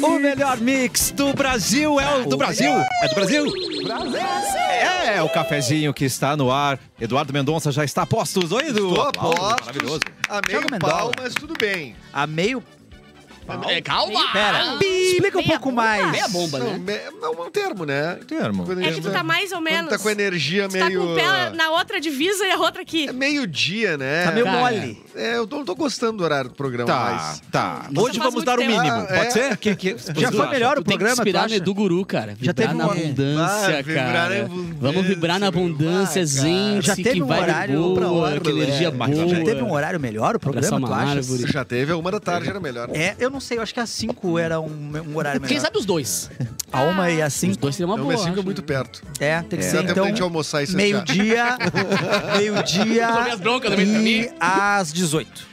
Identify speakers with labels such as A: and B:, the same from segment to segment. A: O melhor mix do Brasil é
B: Ah,
A: o do Brasil. É do Brasil. É, o cafezinho que está no ar. Eduardo Mendonça já está a postos. Oi, Edu.
B: Tô a
A: Aplausos,
B: postos.
A: Maravilhoso.
B: A meio
C: Thiago Mendonça.
B: pau, mas tudo bem.
C: A meio.
D: É, calma!
C: Pera, explica um
E: meia
C: pouco
E: bomba.
C: mais.
D: Meia bomba,
B: Não,
D: né?
B: me- é um termo, né?
A: Termo.
B: Quando a
E: É
B: gente
E: que tu tá mais ou
B: quando
E: menos.
B: tá com energia
E: Tu tá
B: meio... ah,
E: com o pé na outra divisa e a outra aqui.
B: É meio-dia, né?
C: Tá meio
D: Cara.
C: mole.
B: É, eu tô- não tô gostando do horário do programa
A: Tá,
B: mais.
A: tá.
E: Você
A: Hoje
E: faz
A: vamos
E: muito
A: dar o
E: tempo.
A: mínimo.
B: Ah,
A: Pode
B: é?
A: ser? Que- que-
C: Já
A: tu
C: foi
A: acha?
C: melhor o
D: Tu tem que
C: programa, tu
D: inspirar no
C: acha?
D: Edu Guru, cara.
C: Já
D: Vibrar
C: teve
D: na
C: um-
D: abundância,
B: Ah, vibrar na
D: cara.
B: abundância,
D: Vamos vibrar na
B: meu.
D: abundância,
B: Ah, cara.
D: gente.
C: Já teve
D: que
C: um
D: vibe
C: horário pra
D: boa,
B: hora,
D: que energia
B: né?
D: boa.
C: Já teve um horário melhor o
D: Abraçar
C: programa,
D: uma
C: tu acha?
D: árvore.
B: Já teve, a uma da tarde era melhor.
C: É, eu não sei, eu acho que às 5 era um, um horário melhor.
D: Quem sabe os dois.
C: A 1 e às
D: Os
C: 5.
D: dois seria uma
B: Não,
D: boa.
B: mas cinco é
D: acho.
B: muito perto.
C: É, tem que
B: Dá
C: ser
B: tempo
C: então.
B: da gente almoçar e se
C: Meio-dia. Meio-dia.
D: Sobre as broncas do meio
C: E às 18.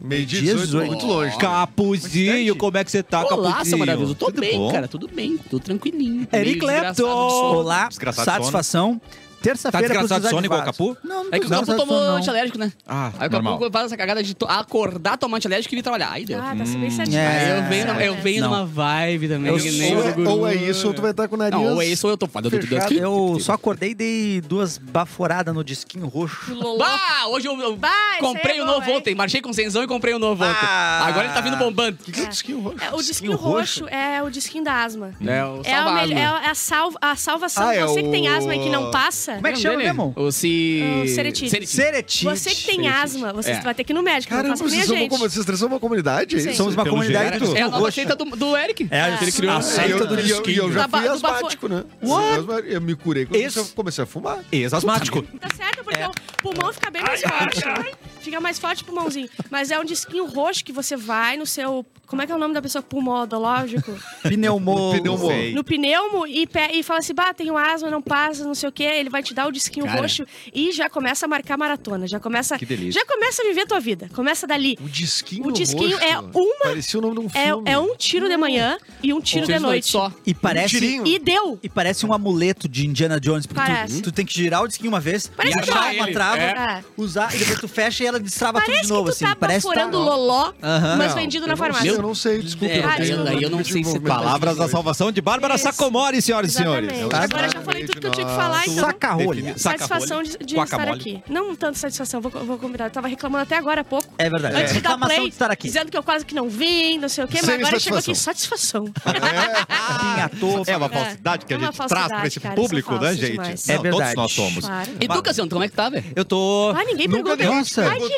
B: Meio-dia
C: Dia
B: 18,
C: 18.
B: muito longe. né?
A: Capuzinho, como é que você tá,
D: Olá,
A: Capuzinho?
D: seu maravilhoso. Tô
A: Tudo
D: bem,
A: bom?
D: cara. Tudo bem. Tô tranquilinho. Tô
C: Eric
D: meio desgraçado de
C: Clapton.
D: sono.
C: Olá,
A: Desgraçado de
C: satisfação.
A: Tá
C: Terça-feira pros
A: desgraçado de sono igual o
C: desadvogados.
A: Capu?
C: Não, não
D: É
C: tô
D: que o Capu
C: desgraçado de sono,
D: tomou
C: não.
D: antialérgico, né?
A: Ah,
D: Aí o
A: normal.
D: Capu faz essa cagada de to- acordar, tomar antialérgico e ir trabalhar. Aí deu.
E: Ah, tá bem certinho.
C: É.
D: Aí Hum. eu venho,
C: Ah,
D: eu venho
C: Não.
D: numa vibe também,
C: Eu
D: que
C: sou-
D: nem
B: ou,
D: o do
B: é,
D: Guru.
B: ou é isso, ou tu vai estar com o nariz.
D: Não, ou é isso ou eu tô foda.
B: Fechado.
C: Eu só acordei e dei duas baforadas no disquinho roxo.
D: Bah, hoje eu, eu
E: Bah, isso
D: comprei
E: aí é
D: o
E: bom,
D: novo
E: hein?
D: ontem. Marchei com cenzão e comprei o novo ontem.
C: Ah.
D: Agora ele tá vindo bombando.
B: Que disquinho roxo.
E: É, o disquinho roxo é o disquinho da asma.
D: É o
E: É a,
D: salvado.
E: melhor- é a salva- a salvação
B: Ah,
E: de
B: é
E: você que tem
B: o-
E: asma e que não passa.
C: Como é que chama mesmo?
D: O se...
E: O Ceretite.
C: Seretite.
E: Você que tem
D: Sim,
E: asma, você
D: É.
E: vai ter que ir no médico,
B: Caramba,
E: não faz que nem a
B: vocês, são uma,
E: gente.
B: como- vocês três são uma comunidade? é
E: Sim.
B: isso?
C: Somos uma
A: Pelo
C: comunidade
A: jeito.
C: do
D: É a nova
C: roxa.
D: seita do, do Eric.
C: É,
D: que ele criou.
A: Ah,
C: a
B: E eu,
C: seita do
B: e eu, e eu já
E: Da ba-
B: fui
E: do
B: asmático, né? Eu, eu me curei quando
A: Esse-
B: eu comecei a fumar.
A: Ex-asmático.
E: Tá certo, porque o pulmão fica bem mais forte. né? Fica mais forte o pulmãozinho. Mas é um disquinho roxo que você vai no seu. Como é que é o nome da pessoa? Pulmodológico?
C: pneumo.
B: Pneumo.
A: Sei.
E: No pneumo e, pe- e fala assim: bah, tenho asma, não passa, não sei o quê. Ele vai te dar o disquinho
D: Cara.
E: roxo e já começa a marcar maratona. Já começa.
A: Que delícia.
E: Já começa a viver tua vida. Começa dali.
B: O Um disquinho
E: O disquinho
B: roxo.
E: é uma-
B: Parecia o nome de um filme.
E: É, é um tiro de manhã e um tiro de
D: Vocês
E: noite.
D: só.
C: E parece,
B: tirinho.
E: E deu.
C: e parece um amuleto de Indiana Jones, porque
E: Parece.
C: tu, tu tem que girar o disquinho uma vez,
E: Parece um
D: que
C: achar
D: tu-
C: uma trava,
D: É.
E: Ah.
C: usar, e depois tu fecha e ela destrava
E: Parece
C: tudo de novo,
E: que tu
C: assim.
E: tá
C: parece que
E: baforando loló,
C: Aham.
E: mas
B: Não,
E: vendido
B: eu
E: na
B: não sei,
E: farmácia.
B: Eu não sei, desculpa.
D: É,
B: eu não tenho-
E: daí eu
D: não sei se
B: desenvolvimento.
A: Palavras da salvação de Bárbara
E: Isso.
A: Sacomori, senhoras e
E: Exatamente.
A: senhores. é Tá?
B: Ela
E: Agora
B: sabe.
E: já falei tudo que eu tinha que falar, então.
C: Saca rolha.
A: Defini- saca
E: Satisfação
A: rolha,
E: de, de estar
A: guacamole.
E: aqui. Não tanto satisfação, vou, vou convidar. Eu tava reclamando até agora há pouco.
C: É verdade.
E: Antes de dar
C: Reclamação
E: play,
C: de estar aqui.
E: dizendo que eu quase que não vim, não sei o quê, mas
B: Sem
E: agora chegou aqui satisfação.
C: Pinha à toa.
A: É uma falsidade que
E: É
A: a
E: uma
A: gente
E: falsidade,
A: traz pra esse
E: cara, eu sou
A: público, né,
E: falsa
A: gente?
E: demais.
A: Não,
C: É
A: Todos
C: verdade.
A: nós somos.
E: Claro.
D: E tu, Cassiano, como é que tá, velho?
A: Eu tô.
E: Ah, ninguém
B: Nunca
E: perguntou.
B: ninguém te
C: Nossa.
E: Ai, que lindo!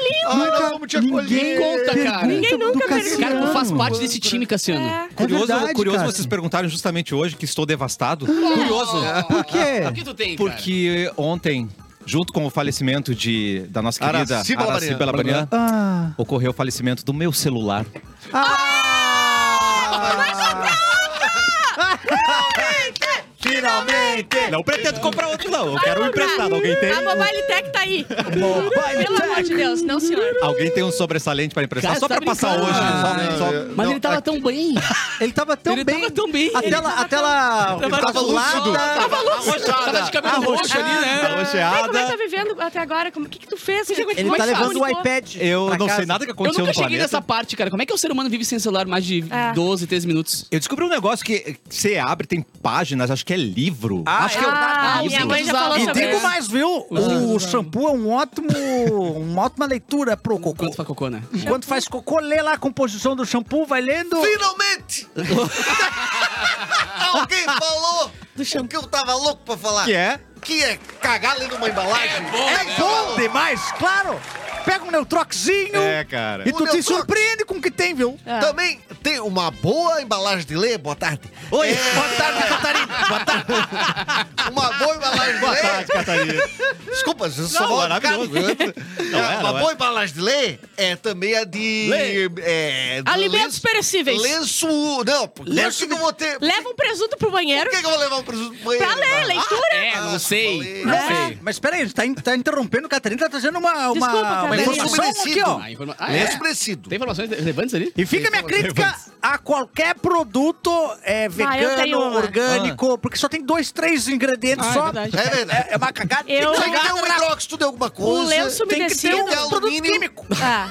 B: Ai, nós vamos te acolher.
C: ninguém
D: conta, cara.
E: Ninguém
C: do
E: nunca
C: Cassiano.
E: perguntou.
D: Cara, tu faz parte desse time, Cassiano.
E: É.
A: Curioso,
C: verdade,
A: curioso
C: cara.
A: vocês perguntarem justamente hoje que estou
E: É.
A: devastado. Curioso.
C: Por quê?
D: O que tu tem, cara?
A: Porque ontem, junto com o falecimento de, da nossa querida
B: Araci Balabanian.
A: Araci Balabanian,
C: Ah.
A: ocorreu o falecimento do meu celular.
C: Ah. Finalmente!
A: Não pretendo comprar outro, não. Eu um
E: Vai comprar. A Mobile Tech tá aí. Pelo amor de Deus, não, senhor.
A: Alguém tem um sobressalente pra emprestar?
D: Cara,
A: só
D: tá
A: pra passar
D: brincando.
A: hoje.
B: Ah,
A: só, só-
B: eu-
D: Mas
B: Não,
D: ele tava tão bem.
C: Ele tava tão
D: Ele
C: bem.
D: tava tão bem.
C: A
D: Ele
C: tela, a tela
D: tava
C: azulada.
D: lúcido. Tava lúcido. Tava de cabelo roxo ali, né?
E: Ai, como é que tá
A: Arrocheada.
E: vivendo até agora? Como- O que, que tu fez?
C: Ele
E: Como
C: tá
E: é que tu
C: levando o
E: comunicou?
C: iPad.
A: Eu
C: pra
A: não
C: casa.
A: sei nada que
D: Eu
A: aconteceu
D: nunca
A: no
D: cheguei
A: planeta.
D: nessa parte, cara. Como é que o ser humano vive sem celular mais de
E: É.
D: 12, 13 minutos?
A: Eu descobri um negócio que você abre, tem páginas, acho que é livro.
C: Ah,
A: acho
C: é
A: que eu-
E: Ah,
D: Ah,
E: minha
D: sim.
E: mãe já
D: Usar.
E: falou
D: E
C: E
E: sobre
C: digo
E: isso.
C: mais, viu? O shampoo é um ótimo, uma ótima leitura pro cocô.
D: Quanto pra cocô, né?
C: Enquanto faz cocô, lê lá a composição do shampoo, vai lendo.
F: Finalmente! Alguém falou o que eu tava louco pra falar.
A: que é?
F: Que é cagar ali numa embalagem.
C: É bom demais, Um claro. Pega um neutroxinho
A: É, cara.
C: e tu
F: O
C: te
F: Neutrox.
C: surpreende com o que tem, viu?
A: É.
F: Também tem uma boa embalagem de lê. Boa tarde.
A: Oi,
C: É.
F: boa tarde, Catarina. Boa tarde. uma boa embalagem de
A: Boa
F: lê.
A: tarde, Ah, tá, Catarina.
F: Desculpa, eu sou
A: Não,
F: mal
A: maravilhoso.
F: educado.
A: Não é,
F: uma
A: não é.
F: boa embalagem de lê é também a de...
A: Lê.
F: É, de
E: Alimentos
F: lenço-
E: perecíveis.
F: Lenço... Não, por
C: Lenço
F: que que eu vou ter... Por
E: Leva um presunto pro banheiro
F: que que eu vou levar um presunto pro banheiro?
E: pra ler, leitura.
D: É,
F: Ah,
D: não sei.
F: falei.
D: Não
E: É.
D: sei.
C: Mas peraí, tá, in- tá interrompendo, Catarina, tá trazendo uma, uma,
E: Desculpa,
C: uma
E: Catarina.
C: informação aqui, ó.
D: Ah, informa- ah, é?
F: Lenço merecido.
D: Tem informações relevantes ali?
C: E fica a minha crítica a qualquer produto é,
E: Ah, eu
C: vegano,
E: tenho uma.
C: orgânico, porque só tem dois, três ingredientes
D: Ah, é
C: só.
D: verdade.
F: É verdade.
C: É, é uma cagada.
E: Eu-
C: Tem que
F: Tem
C: jogar
F: que ter um
C: na-
F: hidróxido de alguma
E: O
F: coisa.
E: lenço
C: tem que um
E: umedecido.
F: de alumínio.
E: Ah,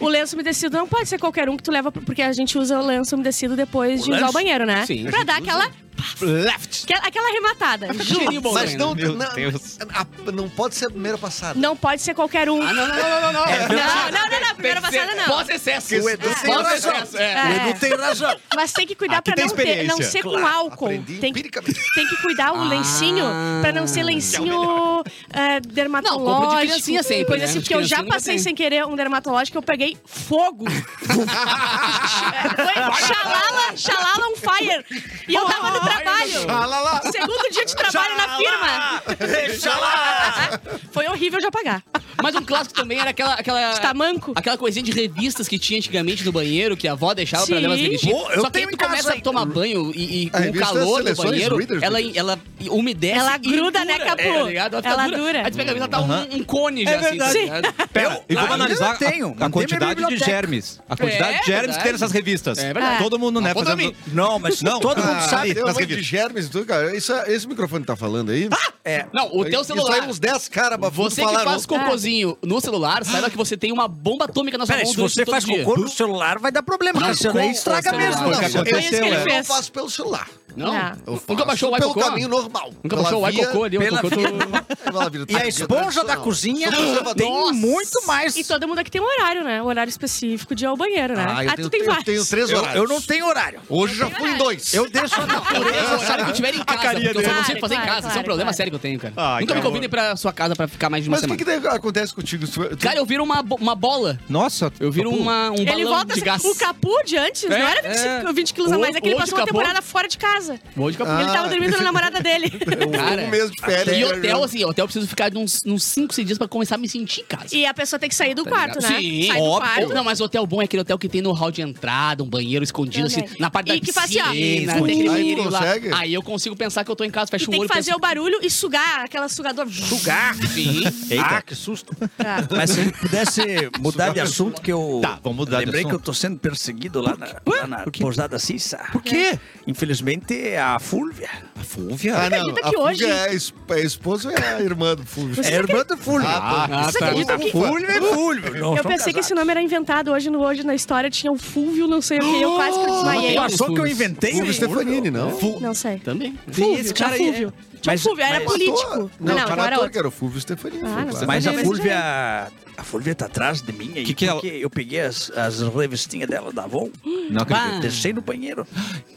E: o lenço umedecido não pode ser qualquer um que tu leva, porque a gente usa o lenço umedecido depois de usar o banheiro, né?
D: Sim.
E: Pra dar aquela,
A: Left.
E: aquela, aquela arrematada.
D: Cheirinho bom né?
F: Mas
D: também,
F: não,
A: Meu
F: não,
A: Deus.
F: a- não pode ser a primeira passada.
E: Não pode ser qualquer um.
D: Ah, não, não, não, não, não.
E: não, não, não, não, primeira passada não.
D: Pós-excesso.
F: O Edu tem
D: Pós-excesso, é.
E: É.
F: Não tem razão.
E: Mas tem que cuidar
A: Aqui
E: pra
A: tem
E: não, ter, não
A: experiência.
E: ser com
F: Claro,
E: álcool.
F: aprendi
E: Tem que,
F: empiricamente.
E: tem que cuidar o
D: Ah.
E: lencinho pra não ser lencinho é, dermatológico.
D: Não, compra de criancinha sempre,
E: Coisa
D: né?
E: assim,
D: De
E: porque eu já
D: criancinha nunca
E: passei
D: tem.
E: sem querer um dermatológico, eu peguei fogo. Foi xalala, xalala on fire. E eu tava no trabalho.
F: Xalala.
E: Segundo dia de trabalho na firma. Foi horrível de apagar. Tá
D: Mas um clássico também era aquela. aquela
E: De tamanco.
D: Aquela coisinha de revistas que tinha antigamente no banheiro, que a avó deixava pra
E: Sim.
D: levar as revistinhas.
F: Pô, eu
D: Só que aí
F: tenho
D: tu
F: em casa,
D: começa a
F: hein?
D: tomar banho e, e com
B: A
D: o
B: revista
D: calor do
B: Seleções
D: banheiro,
B: Readers,
D: ela,
B: né?
D: ela umedece.
E: Ela
D: e
E: gruda, né,
D: dura.
E: Capu?
D: É, tá ligado? Ela, fica
E: Ela
D: dura.
E: dura.
D: Aí tu pega a revista, ela tá
A: Aham.
D: um, um cone já,
C: É
D: assim, tá
C: verdade.
D: ligado?
A: Pera, e vamos
C: ainda
A: analisar
C: tenho,
A: a,
C: mantém
A: a
C: minha
A: quantidade de
C: biblioteca.
A: germes. A quantidade
D: É
A: de germes que
D: verdade.
A: tem nessas revistas.
D: É verdade.
A: Todo mundo, né?
F: Aponta
A: fazendo-
F: a mim.
C: Não, mas
A: Não,
C: todo mundo
A: ah,
C: sabe.
A: ali.
B: Tem um
A: nas
B: monte de
A: revistas.
B: germes, tudo, cara. Isso, esse microfone tá falando aí?
C: É.
D: Não, Ah, o teu celular.
F: Isso aí uns 10 caras abafando
D: Você que
F: falaram.
D: faz cocôzinho no celular, saiba que você tem uma bomba atômica na sua
C: Peraí,
D: mão
C: se
D: durante
C: você
D: todo
C: faz
D: o dia.
C: cocô no celular, vai dar problema, Cassiano. Aí estraga
D: com o
C: mesmo.
D: celular.
C: não.
A: Foi o que
F: Não,
E: Foi isso
A: aconteceu,
E: que ele
A: é.
E: fez.
F: Eu faço pelo celular.
D: Não.
E: Ah.
F: Eu
D: Nunca
F: faço
D: baixou o
F: pelo
D: iCocô?
F: caminho normal.
D: Nunca baixou o
F: via-
D: iCocô ali? O
C: pela
D: cocô tu...
F: Pela vida
B: tá
C: E a esponja da
F: tradicional.
C: cozinha
F: Sou conservador.
C: tem
D: Nossa.
C: muito mais.
E: E todo mundo aqui tem um horário, né? Um horário específico de ir ao banheiro, né?
F: Ah, eu
E: tu
F: tenho,
E: tem
F: eu
E: vários.
F: tenho três
C: Eu,
F: horários.
C: eu não tenho horário.
F: Hoje já
E: tenho
F: fui em
E: horário.
F: dois.
C: Eu deixo a
D: Eu
C: natureza.
D: tenho o horário que eu tiver em casa,
A: carinha
D: porque eu só
E: dele.
D: consigo fazer em
E: Claro,
D: casa. Isso é um
E: claro,
D: problema
E: claro.
D: sério que eu tenho, cara.
A: Ai,
D: Nunca
A: que
D: me
A: horror.
D: convidem pra sua casa pra ficar mais de uma
B: Mas o
D: semana.
B: que, que daí acontece contigo? Tu- tu-
D: Cara, eu viro uma, bo- uma bola.
A: Nossa. tá
D: Eu viro uma, um
E: Ele
D: balão
E: volta. assim,
D: de gás.
E: O Capu de antes
D: É,
E: não era 20,
D: é.
E: 20 quilos a mais, é que ele
D: Hoje
E: passou uma
D: acabou. Ah.
E: temporada fora de casa.
D: Vou de capô.
E: Ele tava dormindo na namorada dele.
D: Cara,
B: um mês de férias.
D: E
B: cara,
D: hotel,
B: já-
D: assim, hotel eu preciso ficar de uns 5, 6 dias pra começar a me sentir em casa.
E: E a pessoa tem que sair do
D: Tá
E: quarto,
D: ligado?
E: né?
D: Sim,
E: Sai do
D: óbvio.
E: quarto.
D: Não, mas hotel bom é aquele hotel que tem no hall de entrada, um banheiro escondido, assim,
E: Também.
D: na parte da
E: E que
D: piscina. né,
E: faz assim, ó.
D: tem aquele
B: Aí tu
D: banheirinho lá.
B: consegue?
D: Aí eu consigo pensar que eu tô em casa,
E: E
D: fecho o
E: tem
D: olho
E: que
D: e
E: fazer
D: penso,
E: o barulho e sugar aquela sugadora.
C: Sugar.
D: Sim.
A: Eita.
C: que susto.
E: Ah.
C: Mas se pudesse mudar de assunto, que eu.
A: Tá, vamos mudar de
C: Lembrei
A: assunto.
C: que eu tô sendo perseguido lá na, lá na pousada Cissa. Por quê? Infelizmente, é a Fúlvia.
A: A Fúvia?
C: tá
B: Ah, não.
E: acredita
B: A
E: que
B: Fúvia
E: hoje-
B: é a es- é a esposa ou é a irmã do Fúvio?
C: É a irmã da Fúlvia.
D: Ah,
E: Você
D: tá.
E: acredita que...
C: Fúlvia é Fúlvia. Não,
E: Eu
C: são
E: pensei que
C: casados.
E: esse nome era inventado. Hoje no Hoje na história tinha o Fulvio, não sei o que. Eu quase que eu desmaiei.
C: Tu
D: Não,
C: achou que eu inventei?
B: Fúvio Stefanini, não?
E: Ah, Não sei.
D: Também. né?
C: Sim,
E: Fulvio,
C: esse
E: tinha
C: cara aí é-
E: Fulvio. Tinha
C: Mas-
E: Fulvio, era
C: mas-
E: político. Ah,
B: Não,
E: não,
B: o cara é
E: agora
B: ator
E: outro.
B: que era o Fúvio Stefanini.
E: Ah,
B: foi
E: não
B: claro.
E: sei.
C: Mas a
E: Mas
C: Fúlvia. A Fúlvia tá atrás de mim aí.
A: Que é que ela-
C: porque eu peguei as, as revistinhas dela da Avon,
A: Não acredito.
D: Ah.
C: deixei no banheiro.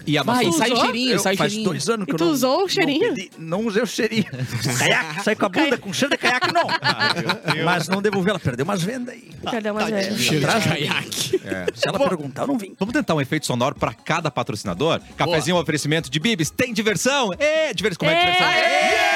A: E a
D: Vai,
A: maçã?
D: sai o
E: usou?
D: cheirinho,
C: Ah, Eu-
D: sai o
C: faz
D: cheirinho.
C: dois anos que
E: E
C: eu
E: tu
C: não.
E: usou o cheirinho?
C: Não, pedi- não usei o cheirinho. caiaque, saí com a bunda com cheiro de caiaque, não.
D: Ah,
C: Mas não devolvi, ela perdeu umas vendas aí. É,
E: Perdão, mas é.
C: tá.
D: Cheiro de caiaque.
C: Se ela perguntar, eu não vim.
A: Vamos tentar um efeito sonoro pra cada patrocinador? Cafezinho, um oferecimento de Bibis. Tem diversão? É, diversão. Como é
E: Ê!
A: diversão? Yeah! É!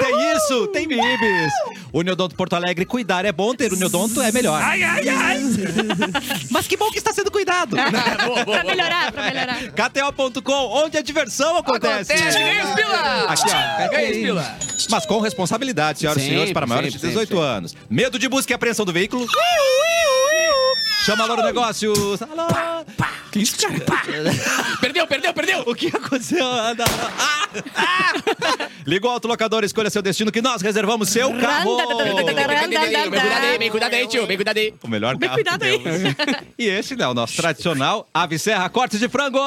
A: Tem isso, tem Bibis. Uniodonto Porto Alegre, cuidar é bom, ter Uniodonto é melhor. Mas que bom que está sendo cuidado.
E: Pra melhorar, pra melhorar.
A: KTO.com, onde a diversão acontece.
D: Acontece, ganha os pila.
A: Aqui, ó.
D: Ganha os pila.
A: Mas com responsabilidade, senhoras e
D: Sempre,
A: senhores, para maiores de
D: sempre,
A: 18
D: sempre.
A: anos. Medo de busca e apreensão do veículo. Chama Alô Negócios. Alô. Que isso, cara?
D: Perdeu, perdeu, perdeu.
A: O que aconteceu? Ah, não. Ah! Liga o autolocador, escolha seu destino que nós reservamos seu carro.
D: Bem
E: tá.
D: cuidado aí, bem cuidado aí, tio. Bem cuidado aí.
A: O melhor
E: Bem
A: carro.
E: cuidado aí.
A: E esse né, o nosso tradicional Ave Serra Cortes de Frango.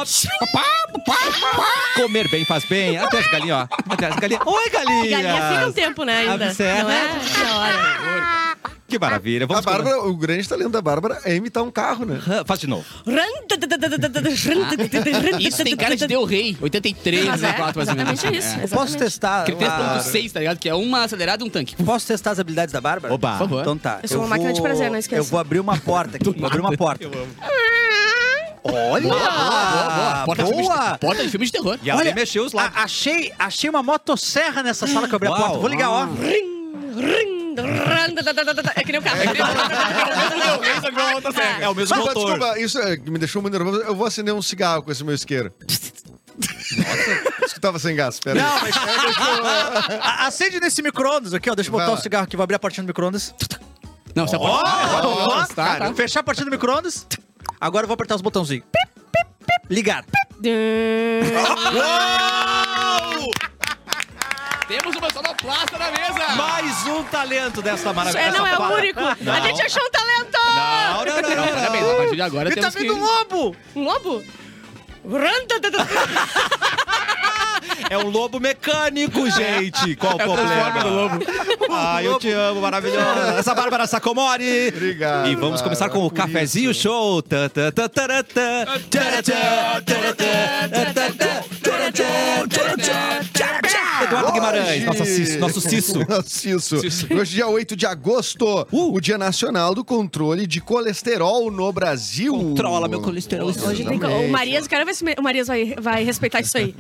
A: Comer bem faz bem. Até as galinhas, ó. Até as galinhas. Oi, galinhas.
E: Galinha fica um tempo, né, ainda.
A: Observa.
E: Não é? Da hora.
A: Que maravilha.
B: A
A: Vamos
B: Bárbara, o grande talento da Bárbara é imitar um carro, né?
A: comer. Faz de novo.
D: Isso tem cara de Del Rei. 83,
E: Mas é,
D: 84, né? mais ou menos.
E: Exatamente isso.
D: É.
C: Eu posso
E: exatamente.
C: testar.
D: Aquele
C: a-
D: 3.6, tá ligado? Que é uma acelerada e um tanque.
C: Posso testar as habilidades da Bárbara?
A: Oba. Por favor.
C: Então tá.
E: Eu sou uma máquina de prazer, não esqueça.
C: Eu vou abrir uma porta aqui. Vou abrir uma porta.
B: Olha!
D: Boa,
C: Ah,
D: Porta, De filme
C: boa.
D: de, porta de filme de terror.
A: E alguém mexeu os lábios.
C: A- achei, achei uma motosserra nessa sala que eu abri
A: Uau.
C: a porta. Vou ligar, ó.
E: É que nem o carro.
A: É o mesmo
B: tá Mas,
A: motor.
B: Desculpa, isso é, que me deixou muito nervoso. Eu vou acender um cigarro com esse meu isqueiro. Nossa, isso que tava sem gás, peraí.
C: Não, mas. A- Acende nesse micro-ondas aqui, ó. Deixa eu botar
B: Vai
C: o
B: lá.
C: cigarro aqui. Vou abrir a portinha do micro-ondas.
D: Não, você pode.
C: Ó,
D: tá, tá.
C: Fechar a portinha do micro-ondas. Agora eu vou apertar os botãozinhos. Pip, pip, pip. Ligar.
E: Dã.
D: Temos uma sonoplastia. Plasta na mesa!
A: Mais um talento dessa maravilha.
E: É, não, é
A: essa
E: o
A: para-
E: único. A
A: Não.
E: gente achou um talento!
A: Não, não, não,
D: Não,
A: não,
D: parabéns, a partir de agora temos que...
F: Vitamina do lobo!
E: Um lobo? Rantatata-
A: É um lobo mecânico, gente. Qual É. o
D: Transforma no
A: problema?
D: lobo.
A: Ai, eu te amo, maravilhosa. Essa Bárbara Sacomori.
B: Obrigado,
A: E vamos começar com o
B: Bárbara, por
A: cafezinho show. Tã, tã, tã, tarã, tã. Tarã, tã, tarã, tã, tã, tã, tarã, tã, tarã, tã, tarã, tã. Eduardo Guimarães, nossa cis- nosso cisso.
B: Nossa, isso. Hoje, dia 8 de agosto,
A: Uh.
B: o Dia Nacional do Controle de Colesterol no Brasil.
A: Controla meu colesterol.
E: Hoje tem co- O Marias, quero ver se o Marias vai, vai respeitar isso aí.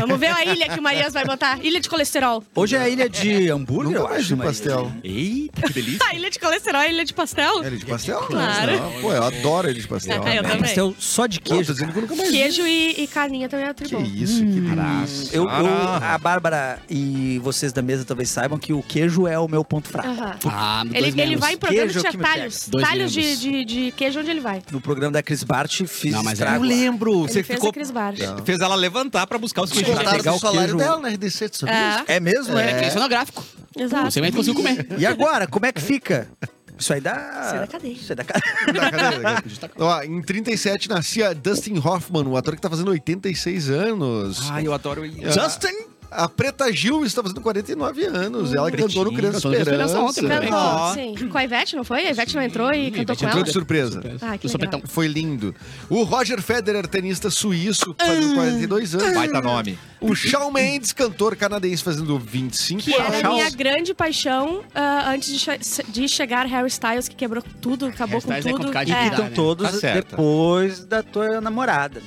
E: Vamos ver a ilha que o Marias vai botar. Ilha de colesterol.
C: Hoje é a ilha de hambúrguer,
B: Nunca
C: eu
B: mais
C: acho,
B: de
C: Maria.
B: pastel.
A: Eita, que delícia.
E: A Tá, ilha de colesterol, a ilha de pastel?
B: É ele de pastel?
E: Claro.
B: Não, pô, eu adoro ele de pastel.
E: É, eu
B: Não,
E: também.
C: Pastel só de
B: tô
C: queijo.
B: dizendo que eu nunca mais vi.
E: Queijo e, e carninha também é
B: Que
E: tribom.
B: isso, que delícia.
C: Eu, eu-
D: Ah.
C: a Bárbara e vocês da mesa talvez saibam que o queijo é o meu ponto fraco.
E: Aham.
D: Ah, dois
E: Ele, ele
D: menos.
E: vai em programa
C: Queijo
E: que
C: que
E: tinha
C: me pega.
E: talhos.
D: Dois
E: Talhos de,
D: menos.
E: de, de queijo onde ele vai.
C: No programa da Cris Bart fiz
D: Não, mas é
A: Eu
C: estrago. lá.
A: lembro.
E: Ele
A: Você
E: fez
A: ficou.
E: a Cris Bar.
A: Fez ela levantar pra buscar os queijos.
C: Cortaram pegar
F: Cortaram
C: o
F: o salário
C: queijo.
F: dela na RDC, tu sabia?
B: Ah.
E: É,
C: É mesmo?
D: É que
C: É.
D: isso é gráfico.
E: exato.
D: Você vai conseguir comer.
C: E agora, como é que fica? Isso aí dá.
E: Isso é da cadeia.
C: Isso é da cadeia.
B: Tá, cadê? Ó, em 37 nascia Dustin Hoffman, o ator que tá fazendo 86 anos.
A: Ai, eu adoro isso.
B: Justin! A Preta Gil está fazendo 49 anos. Ela cantou no
D: Pretinho,
B: Criança
D: cantou no Criança
B: Esperança.
D: ontem, né?
E: Cantou,
A: Ó.
E: sim. Com a Ivete, não foi? A Ivete não entrou e cantou com
B: Entrou
E: ela?
B: de surpresa.
E: Ah, que
D: Do sopetão.
B: Foi lindo. O Roger Federer, tenista suíço, fazendo 42 anos.
A: Baita tá nome.
B: O Shawn Mendes, cantor canadense, fazendo 25
E: Que
B: anos.
E: era a é minha grande paixão ah, antes de, che- de chegar Harry Styles, que quebrou tudo, acabou com
D: Harry Styles é
E: tudo.
D: complicado de
E: É.
D: virar.
C: Então
D: né?
C: todos
A: Tá certo. Então,
C: depois da tua namorada, né?